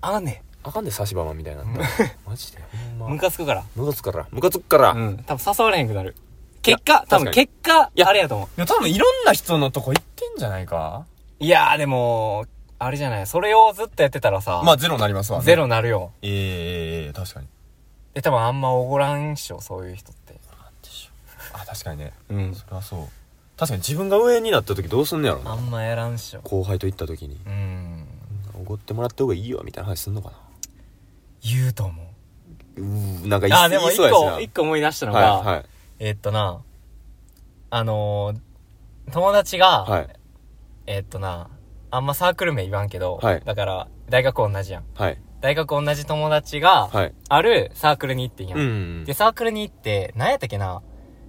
[SPEAKER 2] あね
[SPEAKER 1] あかんで、差しばまみたいになったら。 マジで。ほん
[SPEAKER 2] ム
[SPEAKER 1] ま。
[SPEAKER 2] カつくから
[SPEAKER 1] ムカつくから。ムカつくから。
[SPEAKER 2] う
[SPEAKER 1] い
[SPEAKER 2] ん多分誘われへんくなる結果
[SPEAKER 1] 確
[SPEAKER 2] 多
[SPEAKER 1] か
[SPEAKER 2] 分
[SPEAKER 1] に
[SPEAKER 2] 結果
[SPEAKER 1] や
[SPEAKER 2] あれやと思う
[SPEAKER 1] や、多分いろんな人のとこ行ってんじゃないか
[SPEAKER 2] いやーでもあれじゃないそれをずっとやってたらさ
[SPEAKER 1] まあ、ゼロになりますわね。
[SPEAKER 2] ゼロなるよ
[SPEAKER 1] ええええええ確かに。
[SPEAKER 2] で多分あんまおごらんっしょそういう人って
[SPEAKER 1] あ、確かにね。
[SPEAKER 2] うん
[SPEAKER 1] それはそう。確かに自分が上になった時どうすんねやろな。
[SPEAKER 2] あんまやらんっしょ
[SPEAKER 1] 後輩と行った時に、
[SPEAKER 2] うん
[SPEAKER 1] おごってもらった方がいいよ、みたいな話すんのかな。
[SPEAKER 2] 言うと思う
[SPEAKER 1] うーん、なんかい
[SPEAKER 2] あーでも
[SPEAKER 1] 言い
[SPEAKER 2] 一
[SPEAKER 1] そうやしな。
[SPEAKER 2] 個一個思い出したのが、
[SPEAKER 1] はい、はい。
[SPEAKER 2] えっとな、あのー友達が、
[SPEAKER 1] はい。
[SPEAKER 2] えっとな、あんまサークル名言わんけど、
[SPEAKER 1] はい
[SPEAKER 2] だから、大学同じやん。
[SPEAKER 1] はい。
[SPEAKER 2] 大学同じ友達が、
[SPEAKER 3] はい。
[SPEAKER 2] あるサークルに行ってんやん。
[SPEAKER 3] ん
[SPEAKER 2] で、サークルに行って、何やったっけな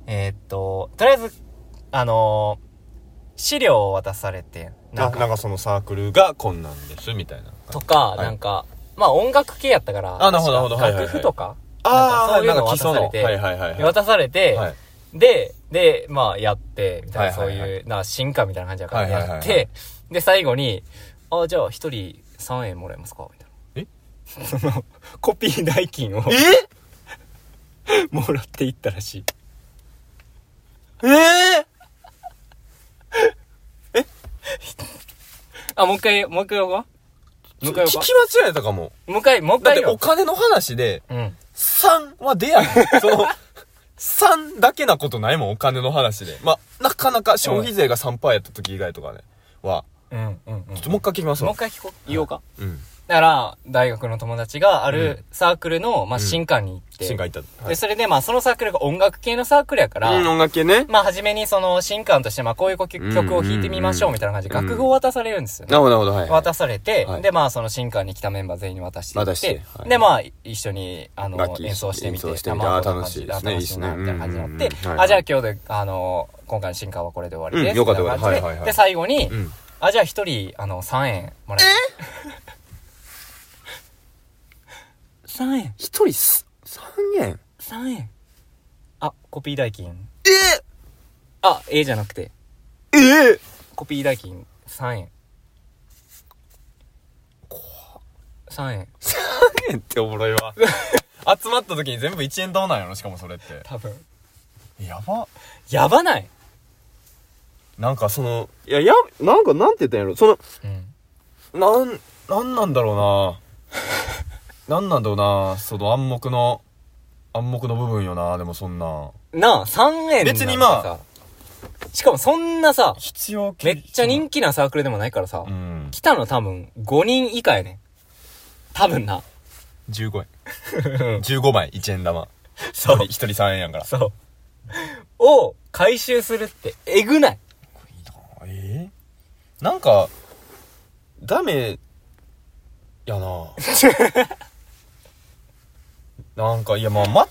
[SPEAKER 2] えーっと、とりあえず、あのー資料を渡されて、
[SPEAKER 1] な
[SPEAKER 2] なんん
[SPEAKER 1] か
[SPEAKER 2] か、
[SPEAKER 1] なんかそのサークルがこんなんですみたいな
[SPEAKER 2] とか、
[SPEAKER 1] はい
[SPEAKER 2] なんか、まあ音楽系やったから、
[SPEAKER 1] あなるほどなるほどはいはいはい
[SPEAKER 2] 楽譜とか、
[SPEAKER 1] ああ
[SPEAKER 2] なんかそういうのを
[SPEAKER 1] 基礎の
[SPEAKER 2] 渡されて
[SPEAKER 1] はいはいはいはい
[SPEAKER 2] 渡されて、
[SPEAKER 1] はい
[SPEAKER 2] で、で、まあ、やって、みたい
[SPEAKER 1] はい
[SPEAKER 2] な、そう
[SPEAKER 1] はいはい
[SPEAKER 2] いう、な、進化みたいな感じだから、
[SPEAKER 1] はいはいはいは
[SPEAKER 2] や
[SPEAKER 1] い
[SPEAKER 2] って、で、最後に、あ、じゃあ、一人3円もらえますかみたいな。
[SPEAKER 1] え
[SPEAKER 2] その、 コピー代金を
[SPEAKER 1] え
[SPEAKER 2] もらっていったらしい。
[SPEAKER 1] ええ
[SPEAKER 2] あ、もう一回、もう一回やろうか。もう一回
[SPEAKER 1] 聞
[SPEAKER 2] やろう
[SPEAKER 1] き
[SPEAKER 2] か
[SPEAKER 1] 間違えたかも。
[SPEAKER 2] もう一回、もう一
[SPEAKER 1] だっ
[SPEAKER 2] 回
[SPEAKER 1] て
[SPEAKER 2] やろ
[SPEAKER 1] お金の話で、
[SPEAKER 2] う。うん。
[SPEAKER 1] 3は出やん。 その、3だけなことないもん、お金の話で。まあ、なかなか消費税が3%やった時以外とかね。は、
[SPEAKER 2] うん、うん、うん。
[SPEAKER 1] ちょっともう一回聞きます
[SPEAKER 2] もう
[SPEAKER 1] わ
[SPEAKER 2] 一。回聞こう、言おうか。
[SPEAKER 1] うん。
[SPEAKER 2] だから、大学の友達があ
[SPEAKER 1] う
[SPEAKER 2] るサークルの、まあ、
[SPEAKER 1] うん
[SPEAKER 2] 進化に行って、
[SPEAKER 1] 進化行った。は
[SPEAKER 2] で、
[SPEAKER 1] い
[SPEAKER 2] それで、まあ、そのサークルが音楽系のサークルやから、
[SPEAKER 3] うん、音楽系ね。
[SPEAKER 2] まあ、初めにその、新刊として、まあ、こういう
[SPEAKER 3] うん
[SPEAKER 2] 曲曲を弾いてみましょうみたいな感じで、
[SPEAKER 3] うん
[SPEAKER 2] 楽譜を渡されるんですよね。
[SPEAKER 3] なるほど、なるほど、はい。
[SPEAKER 2] 渡されて、
[SPEAKER 3] はい
[SPEAKER 2] で、まあ、その新刊に来たメンバー全員に渡していって、
[SPEAKER 3] 渡してはい
[SPEAKER 2] で、まあ、一緒に、あの
[SPEAKER 3] 楽、器
[SPEAKER 2] 演奏してみて、
[SPEAKER 3] 演奏してみて
[SPEAKER 2] ま
[SPEAKER 3] あー
[SPEAKER 2] こんな感じ
[SPEAKER 3] 楽しいですね
[SPEAKER 2] あ楽しいなみたいな感じになって、
[SPEAKER 3] うんうんうんはい
[SPEAKER 2] あ、じゃあ今日で、あの、今回の新刊はこれで終わりで
[SPEAKER 3] う
[SPEAKER 2] す。
[SPEAKER 3] んよかったよかった
[SPEAKER 2] みいな感
[SPEAKER 1] は
[SPEAKER 2] じで
[SPEAKER 1] いはいはい
[SPEAKER 2] で、最後に、
[SPEAKER 1] うん。
[SPEAKER 2] あ、じゃあ一人、あの、3円もらえます。3円
[SPEAKER 3] 一人す、三円
[SPEAKER 2] ?3 円あ、コピー代金。
[SPEAKER 3] え
[SPEAKER 2] あ、A じゃなくて、
[SPEAKER 3] ええ
[SPEAKER 2] コピー代金3円。3円。
[SPEAKER 1] 円っておもろい わ。集まった時に全部1円どうなんやろしかもそれって。
[SPEAKER 2] 多分。
[SPEAKER 1] やば。
[SPEAKER 2] やばない
[SPEAKER 1] なんかその、
[SPEAKER 3] いや、や、なんか、なんて言ったんやろ。その、
[SPEAKER 2] うん。
[SPEAKER 1] なん、なんなんだろう ななんなんだろうなその暗黙の、暗黙の部分よなでもそんな。
[SPEAKER 2] なあ、3円
[SPEAKER 1] 別にまあ
[SPEAKER 2] なんてさ。しかもそんなさ、
[SPEAKER 1] 必要
[SPEAKER 2] めっちゃ人気なサークルでもないからさ、
[SPEAKER 1] うん。
[SPEAKER 2] 来たの多分5人以下やねん。多分な。
[SPEAKER 1] 15円。15枚、1円 玉。
[SPEAKER 2] そ
[SPEAKER 1] 一人3円やんから。
[SPEAKER 2] そう。 を回収するって、えぐない。
[SPEAKER 1] えーなんか、ダメ、や ななんか、いや、まあ、間違っ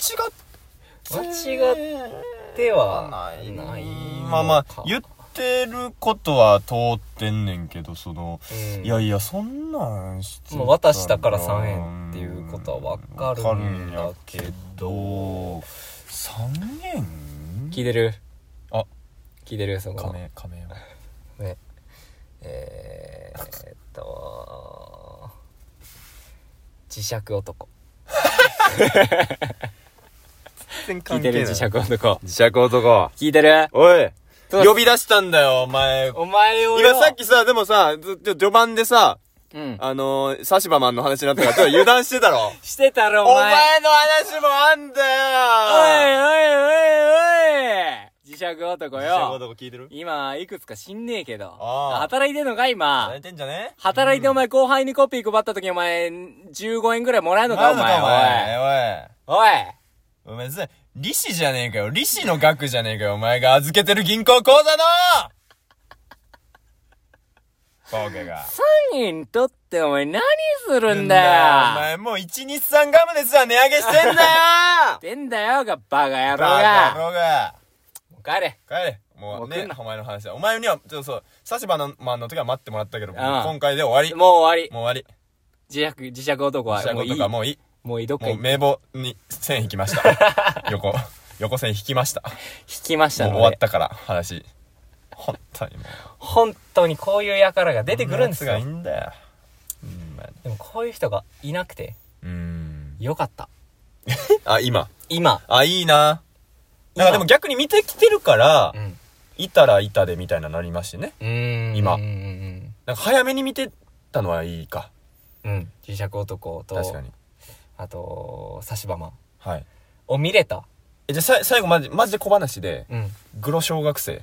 [SPEAKER 2] 間違っては
[SPEAKER 1] ない
[SPEAKER 2] ないのか。
[SPEAKER 1] まあまあ、言ってることは通ってんねんけど、その、
[SPEAKER 2] うん、
[SPEAKER 1] いやいや、そんなんして
[SPEAKER 2] もう渡したから3円っていうことはわかるんだけど
[SPEAKER 1] ど、3
[SPEAKER 2] 聞い
[SPEAKER 1] 円
[SPEAKER 2] てる
[SPEAKER 1] あ、
[SPEAKER 2] 聞いてるそこね。
[SPEAKER 1] 亀、亀は。
[SPEAKER 2] ね。えー、っと、磁石男。聞いてる磁石男。
[SPEAKER 3] 磁石男。
[SPEAKER 2] 聞いてる
[SPEAKER 3] おい呼び出したんだよ、
[SPEAKER 1] お前、
[SPEAKER 2] お前をよ
[SPEAKER 3] 今さっきさ、でもさ、ずちょ序盤でさ、
[SPEAKER 2] うん。
[SPEAKER 3] あのー、サシバマンの話になったから、ちょっと油断してたろ。
[SPEAKER 2] してたろ、
[SPEAKER 3] お
[SPEAKER 2] お前。
[SPEAKER 3] 前の話もあんだよ
[SPEAKER 2] おいおいおいおい磁石男よ。
[SPEAKER 1] 聞いてる
[SPEAKER 2] 今、いくつか死んねえけど。
[SPEAKER 1] あー
[SPEAKER 2] 働いてんのか、今
[SPEAKER 1] 泣い。てんじゃね
[SPEAKER 2] 働いてお前後輩にコピー配った時お前15円ぐらいもらえんのかお前おいおい
[SPEAKER 1] おいおいお前さ利子じゃねえかよ利子の額じゃねえかよお前が預けてる銀行口座 の効果が
[SPEAKER 2] 何人とってお前何するん
[SPEAKER 1] お
[SPEAKER 2] だよ
[SPEAKER 1] 前もう123ガムですわ値上げしてん だよ
[SPEAKER 2] ってんだよがバカ
[SPEAKER 1] バ
[SPEAKER 2] 野郎
[SPEAKER 1] カ野
[SPEAKER 2] が
[SPEAKER 1] 郎が
[SPEAKER 2] もう帰れ
[SPEAKER 1] 帰れも
[SPEAKER 2] も
[SPEAKER 1] う
[SPEAKER 2] う来
[SPEAKER 1] ね
[SPEAKER 2] んな
[SPEAKER 1] お前の話だお前にはちょっとそうサシバのマンの時は待ってもらったけど
[SPEAKER 2] ん
[SPEAKER 1] 今回で終わりも
[SPEAKER 2] もう終わ
[SPEAKER 1] う終わ
[SPEAKER 2] り磁石磁石男
[SPEAKER 1] り
[SPEAKER 2] は
[SPEAKER 1] 試
[SPEAKER 2] もう
[SPEAKER 1] 合
[SPEAKER 2] い
[SPEAKER 1] と
[SPEAKER 2] い
[SPEAKER 1] かもういい
[SPEAKER 2] もういいどっか
[SPEAKER 1] もう
[SPEAKER 2] 行っ引
[SPEAKER 1] 名簿に線引きました 横横線引きました
[SPEAKER 2] きました
[SPEAKER 1] もう
[SPEAKER 2] の
[SPEAKER 1] 終わっ
[SPEAKER 2] で
[SPEAKER 1] たから話本当にもう
[SPEAKER 2] 本当にこういう輩が出てくるんですよ
[SPEAKER 1] こなやつがいいんだようんまあ
[SPEAKER 2] でもこういう人がいなくて
[SPEAKER 1] うん
[SPEAKER 2] よかった
[SPEAKER 1] あ今
[SPEAKER 2] 今
[SPEAKER 1] あいいななん
[SPEAKER 2] 今
[SPEAKER 1] かでも逆に見てきてるから
[SPEAKER 2] うん
[SPEAKER 1] いたらいたでみたいななりましてね
[SPEAKER 2] うーん
[SPEAKER 1] 今
[SPEAKER 2] うんうん
[SPEAKER 1] なんか早めに見てたのはいいか
[SPEAKER 2] うんうん磁石男と
[SPEAKER 1] 確かに
[SPEAKER 2] あと差し場マン
[SPEAKER 1] はい
[SPEAKER 2] を見れた
[SPEAKER 1] えじゃあさい最後マジマジで小話で
[SPEAKER 2] うん
[SPEAKER 1] グロ小学生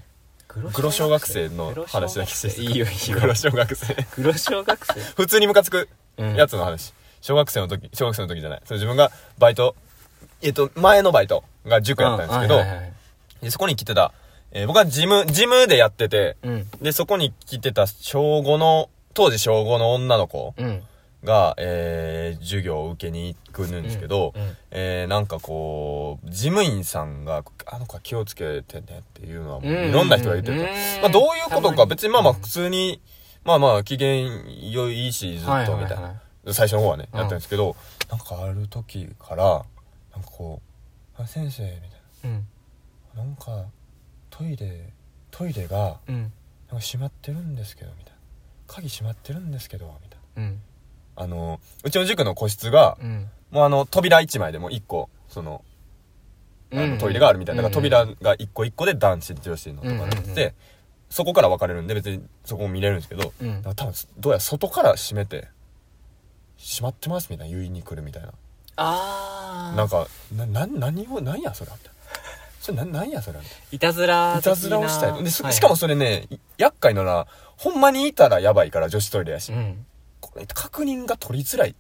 [SPEAKER 1] グロ小学生の話だけして
[SPEAKER 2] いいよいい よ
[SPEAKER 1] グロ小学生
[SPEAKER 2] グロ小学生
[SPEAKER 1] 普通にムカつく
[SPEAKER 2] うん
[SPEAKER 1] やつの話、小学生の時小学生の時じゃないそれ自分がバイトえっと前のバイトが塾やったんですけど、
[SPEAKER 2] はいはいはい
[SPEAKER 1] でそこに来てた、えー僕はジムジムでやってて
[SPEAKER 2] うん
[SPEAKER 1] でそこに来てた小5の当時小5の女の子
[SPEAKER 2] うん
[SPEAKER 1] が、えー授業を受けに行くんですけど、
[SPEAKER 2] うんうん
[SPEAKER 1] えーなんかこう、事務員さんが、あの子は気をつけてねっていうのは、もう
[SPEAKER 2] うん
[SPEAKER 1] いろんな人が言ってると。
[SPEAKER 2] うん
[SPEAKER 1] まあどういうこと
[SPEAKER 2] たま
[SPEAKER 1] か、
[SPEAKER 2] に
[SPEAKER 1] 別にまあまあ普通に、まあまあ機嫌良いし、ずっとみたいな。最初の方はね、
[SPEAKER 2] うん
[SPEAKER 1] やったんですけど、なんかある時から、なんかこう、あ先生、みたい
[SPEAKER 2] うん
[SPEAKER 1] な。なんか、トイレ、トイレが、
[SPEAKER 2] うん
[SPEAKER 1] なんか閉まってるんですけど、みたいな。鍵閉まってるんですけど、みたいな。
[SPEAKER 2] うん
[SPEAKER 1] あの、うちの塾の個室が、
[SPEAKER 2] うん
[SPEAKER 1] もうあの、扉1枚でも1個、その、あのトイレがあるみたいな。だから扉が1個1個で男子、女子のとかな
[SPEAKER 2] うん
[SPEAKER 1] っ
[SPEAKER 2] うんうん
[SPEAKER 1] て、そこから分かれるんで、別にそこも見れるんですけど、
[SPEAKER 2] うん
[SPEAKER 1] なんか多分、どうやら外から閉めて、閉まってますみたいな言いに来るみたいな。
[SPEAKER 2] ああ
[SPEAKER 1] なんか、な、な、何を、何やそれみたいな。それな、何やそれみたい
[SPEAKER 2] いたず
[SPEAKER 1] な。
[SPEAKER 2] ら
[SPEAKER 1] いたずらをした
[SPEAKER 2] 的
[SPEAKER 1] い。
[SPEAKER 2] な
[SPEAKER 1] で、し
[SPEAKER 2] はい
[SPEAKER 1] しかもそれね、い厄介なのは、ほんまにいたらやばいから女子トイレやし。
[SPEAKER 2] うん
[SPEAKER 1] これ確認が取りづらい。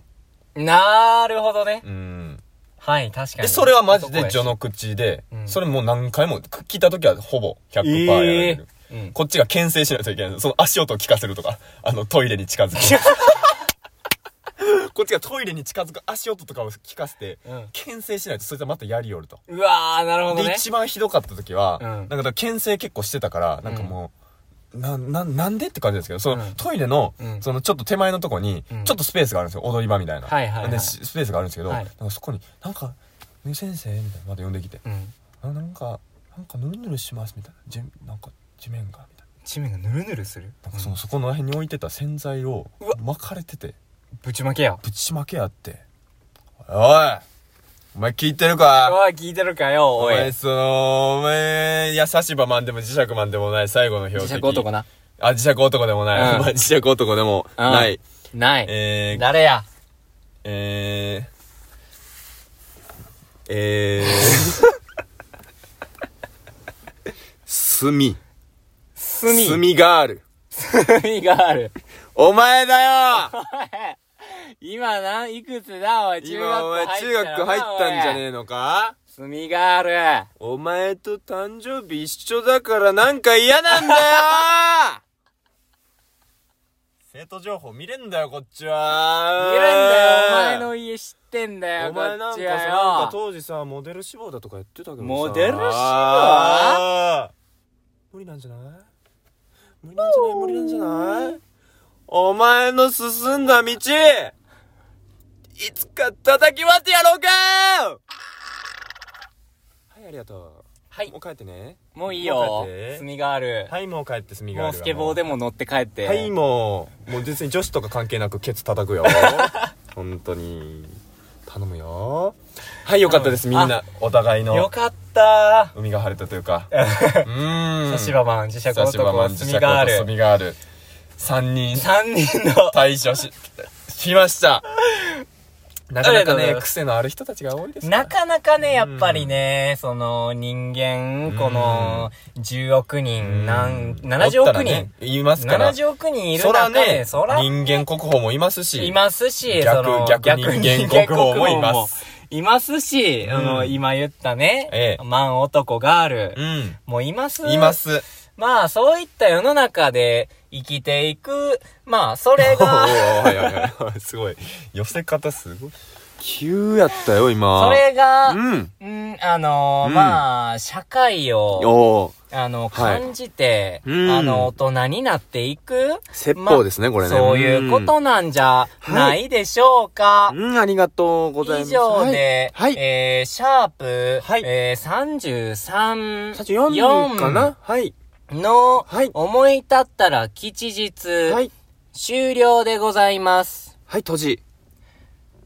[SPEAKER 2] なるほどね
[SPEAKER 1] うん。
[SPEAKER 2] はい確か
[SPEAKER 1] で、
[SPEAKER 2] に
[SPEAKER 1] それはマジで
[SPEAKER 2] 男やし
[SPEAKER 1] 序の口で
[SPEAKER 2] う、ん
[SPEAKER 1] それもう何回も、く聞いた時はほぼ100%やられてる。
[SPEAKER 2] えーうん
[SPEAKER 1] こっちが牽制しないといけない。その足音を聞かせるとか、あの、トイレに近づく。 こっちがトイレに近づく足音とかを聞かせて、
[SPEAKER 2] うん
[SPEAKER 1] 牽制しないと、そいつはまたやりよると。
[SPEAKER 2] うわーなるほど
[SPEAKER 1] で、
[SPEAKER 2] ね
[SPEAKER 1] 一番ひどかった時は、
[SPEAKER 2] うん
[SPEAKER 1] なんかだから牽制結構してたから、なんかもう、な、な、なんでって感じですけど、その、
[SPEAKER 2] うん
[SPEAKER 1] トイレの、
[SPEAKER 2] うん
[SPEAKER 1] そのちょっと手前のとこに、
[SPEAKER 2] うん
[SPEAKER 1] ちょっとスペースがあるんですよ。踊り場みたいな。
[SPEAKER 2] はいはいはい
[SPEAKER 1] で、しスペースがあるんですけど、
[SPEAKER 2] はい
[SPEAKER 1] なんかそこに、なんか、ね先生みたいな、また呼んできて、
[SPEAKER 2] うん
[SPEAKER 1] あなんか、なんかぬるぬるしますみたいな。じなんか、地面が、みたいな。
[SPEAKER 2] 地面がぬるぬるする
[SPEAKER 1] なんかその、そこの辺に置いてた洗剤を
[SPEAKER 2] うわ、
[SPEAKER 1] 巻かれてて、
[SPEAKER 2] ぶちまけや
[SPEAKER 1] ぶちまけあって、おいお前聞いてるか
[SPEAKER 2] おい聞いてるかよ
[SPEAKER 1] お
[SPEAKER 2] お
[SPEAKER 1] 前、
[SPEAKER 2] い
[SPEAKER 1] その、お前、優しばまんでも磁石まんでもない最後の標
[SPEAKER 2] 磁
[SPEAKER 1] 的。
[SPEAKER 2] 石男な
[SPEAKER 1] あ、磁石男でもない。
[SPEAKER 2] うん
[SPEAKER 1] お前磁石男でもない。
[SPEAKER 2] ない
[SPEAKER 1] えー、
[SPEAKER 2] 誰や
[SPEAKER 1] えー、え ー、炭。
[SPEAKER 2] 炭炭
[SPEAKER 1] 炭ガール。
[SPEAKER 2] がある
[SPEAKER 1] お前だよ
[SPEAKER 2] 今ないくつだおい中学
[SPEAKER 1] 今お前 中学入ったんじゃねえのか
[SPEAKER 2] 炭がある
[SPEAKER 1] お前と誕生日一緒だからなんか嫌なんだよ 生徒情報見れんだよ、こっちは。
[SPEAKER 2] 見れんだよお前の家知ってんだよ
[SPEAKER 1] お前なんか
[SPEAKER 2] こっ
[SPEAKER 1] さ
[SPEAKER 2] ちは
[SPEAKER 1] なんか
[SPEAKER 2] よ
[SPEAKER 1] 当時さモデル志望だとか言ってたけどさ
[SPEAKER 2] モデル志望
[SPEAKER 1] あー無理なんじゃない無理なんじゃない無理なんじゃないお前の進んだ道いつか叩き割ってやろうかはいありがと
[SPEAKER 2] は
[SPEAKER 1] う
[SPEAKER 2] い
[SPEAKER 1] もう帰ってね
[SPEAKER 2] もういい
[SPEAKER 1] も
[SPEAKER 2] よ
[SPEAKER 1] う帰って
[SPEAKER 2] 炭がある
[SPEAKER 1] はいもう帰ってすみが
[SPEAKER 2] もうスケボーでも乗って帰って
[SPEAKER 1] はいもうもう別に女子とか関係なくケツ叩 くよ本当に頼むよはいよかったですみんなお互いの
[SPEAKER 2] よかった
[SPEAKER 1] 海が晴れたという かうーん
[SPEAKER 2] 差し場マン磁石
[SPEAKER 1] 久しぶり
[SPEAKER 2] 男
[SPEAKER 1] マ
[SPEAKER 2] は
[SPEAKER 1] ンジ
[SPEAKER 2] 炭がある
[SPEAKER 1] がある3人
[SPEAKER 2] 3 人の
[SPEAKER 1] 対処ししましたなかなか
[SPEAKER 2] ありがとうござい
[SPEAKER 1] ね
[SPEAKER 2] ます
[SPEAKER 1] 癖のある人たちが多いですから
[SPEAKER 2] なかなかね、やっぱりね、その人間、この10億人、なん、70
[SPEAKER 1] おったら
[SPEAKER 2] 億
[SPEAKER 1] ね
[SPEAKER 2] 人、
[SPEAKER 1] いますから
[SPEAKER 2] 70億人いる
[SPEAKER 1] そら
[SPEAKER 2] 中
[SPEAKER 1] ね
[SPEAKER 2] で、そら、
[SPEAKER 1] 人間国宝もいますし
[SPEAKER 2] いますし、
[SPEAKER 1] 逆
[SPEAKER 2] その、
[SPEAKER 1] 逆人間国宝もいます。
[SPEAKER 2] いますし、あ
[SPEAKER 1] う
[SPEAKER 2] の、
[SPEAKER 1] ん
[SPEAKER 2] 今言ったね、
[SPEAKER 1] ええ
[SPEAKER 2] マン男ガール
[SPEAKER 1] う、ん
[SPEAKER 2] もういます。
[SPEAKER 1] いま。す
[SPEAKER 2] まあ、そういった世の中で生きていく、まあ、それ
[SPEAKER 1] おーお
[SPEAKER 2] が、
[SPEAKER 1] ーはいはいはい すごい寄せ方すごい
[SPEAKER 3] 急やったよ今
[SPEAKER 2] それが、
[SPEAKER 3] うん
[SPEAKER 2] うん、あの
[SPEAKER 3] うん
[SPEAKER 2] まあ、社会を、
[SPEAKER 3] おー
[SPEAKER 2] あの、
[SPEAKER 3] はい
[SPEAKER 2] 感じて、
[SPEAKER 3] うん
[SPEAKER 2] あの、大人になっていく
[SPEAKER 3] 説法ですねこれね
[SPEAKER 2] そういうことなんじゃないでしょうか。
[SPEAKER 3] うんありがとうございま
[SPEAKER 2] 以
[SPEAKER 3] す
[SPEAKER 2] 上で、
[SPEAKER 3] はいはい
[SPEAKER 2] えー、シャープ、
[SPEAKER 3] はい
[SPEAKER 2] えー、33、
[SPEAKER 3] 34かなはい
[SPEAKER 2] の、
[SPEAKER 3] はい
[SPEAKER 2] 思い立ったら吉日、
[SPEAKER 3] はい
[SPEAKER 2] 終了でございます。
[SPEAKER 3] はい閉じ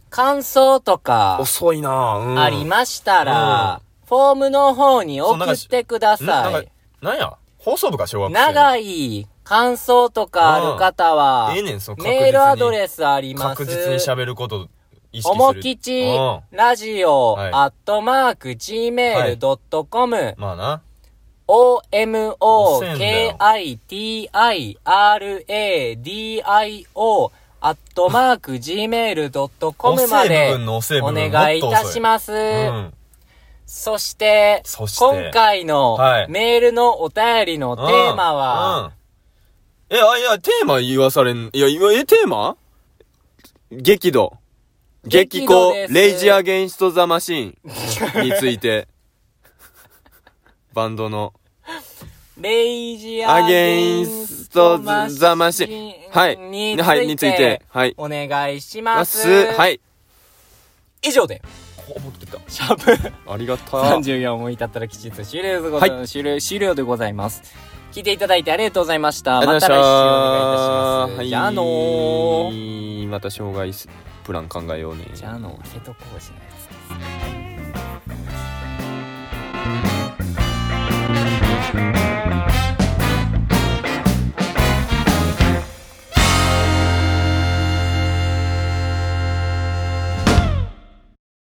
[SPEAKER 2] 感想とか、
[SPEAKER 3] 遅いなぁうん
[SPEAKER 2] ありましたら、フォームの方に送ってくだ
[SPEAKER 1] んなん
[SPEAKER 2] さ
[SPEAKER 1] か
[SPEAKER 2] い。
[SPEAKER 1] なんや放送部か小学生の
[SPEAKER 2] 長い感想とかある方は、
[SPEAKER 1] ええねんその確実に
[SPEAKER 2] メールアドレスあります。
[SPEAKER 1] 確実に喋ることを意識する
[SPEAKER 2] おもきち
[SPEAKER 1] うん
[SPEAKER 2] ラジオ
[SPEAKER 1] はい
[SPEAKER 2] アットマーク Gmail.com
[SPEAKER 1] まあな
[SPEAKER 2] OMOKITIRADIO アットマーク Gmail.com ま
[SPEAKER 1] お
[SPEAKER 2] で
[SPEAKER 1] 成分のお成
[SPEAKER 2] お
[SPEAKER 1] 分がもっと遅
[SPEAKER 2] 願いいたします。
[SPEAKER 1] うん
[SPEAKER 2] そして、
[SPEAKER 1] そして
[SPEAKER 2] 今回の
[SPEAKER 1] はい
[SPEAKER 2] メールのお便りのテーマは、
[SPEAKER 1] うんえあいやテーマ言わされんいやいやえテーマ激怒。激
[SPEAKER 2] 激怒
[SPEAKER 1] 高
[SPEAKER 2] です
[SPEAKER 1] レイジアゲンストザマシーンについて、 バンドの
[SPEAKER 2] レイジ
[SPEAKER 1] ア
[SPEAKER 2] ア
[SPEAKER 1] ゲ
[SPEAKER 2] ゲ
[SPEAKER 1] ン
[SPEAKER 2] ン
[SPEAKER 1] ス
[SPEAKER 2] ス
[SPEAKER 1] ト
[SPEAKER 2] ト
[SPEAKER 1] ザ
[SPEAKER 2] ザ
[SPEAKER 1] マ
[SPEAKER 2] マ
[SPEAKER 1] シン
[SPEAKER 2] シン。
[SPEAKER 1] はい。はい、について。はい。
[SPEAKER 2] お願いし
[SPEAKER 1] ま
[SPEAKER 2] ます。。
[SPEAKER 1] す。はいい。
[SPEAKER 2] 以上で、
[SPEAKER 4] お持ってきた
[SPEAKER 2] シャープ
[SPEAKER 1] ありがた
[SPEAKER 2] 34を至ったらきちっと終了でご
[SPEAKER 1] は
[SPEAKER 2] ざ、
[SPEAKER 1] い
[SPEAKER 2] 終了終了でございます。聞いていただいてありがとうございました。
[SPEAKER 1] ありが
[SPEAKER 2] ま
[SPEAKER 1] と
[SPEAKER 2] た
[SPEAKER 1] う
[SPEAKER 2] 来
[SPEAKER 1] ご
[SPEAKER 2] 週
[SPEAKER 1] ざい
[SPEAKER 2] お
[SPEAKER 1] ました
[SPEAKER 2] 願いいたします。
[SPEAKER 1] はい
[SPEAKER 2] じゃあのー。
[SPEAKER 1] また障害プラン考えようね。
[SPEAKER 2] じゃあのー、瀬戸康史のやつです。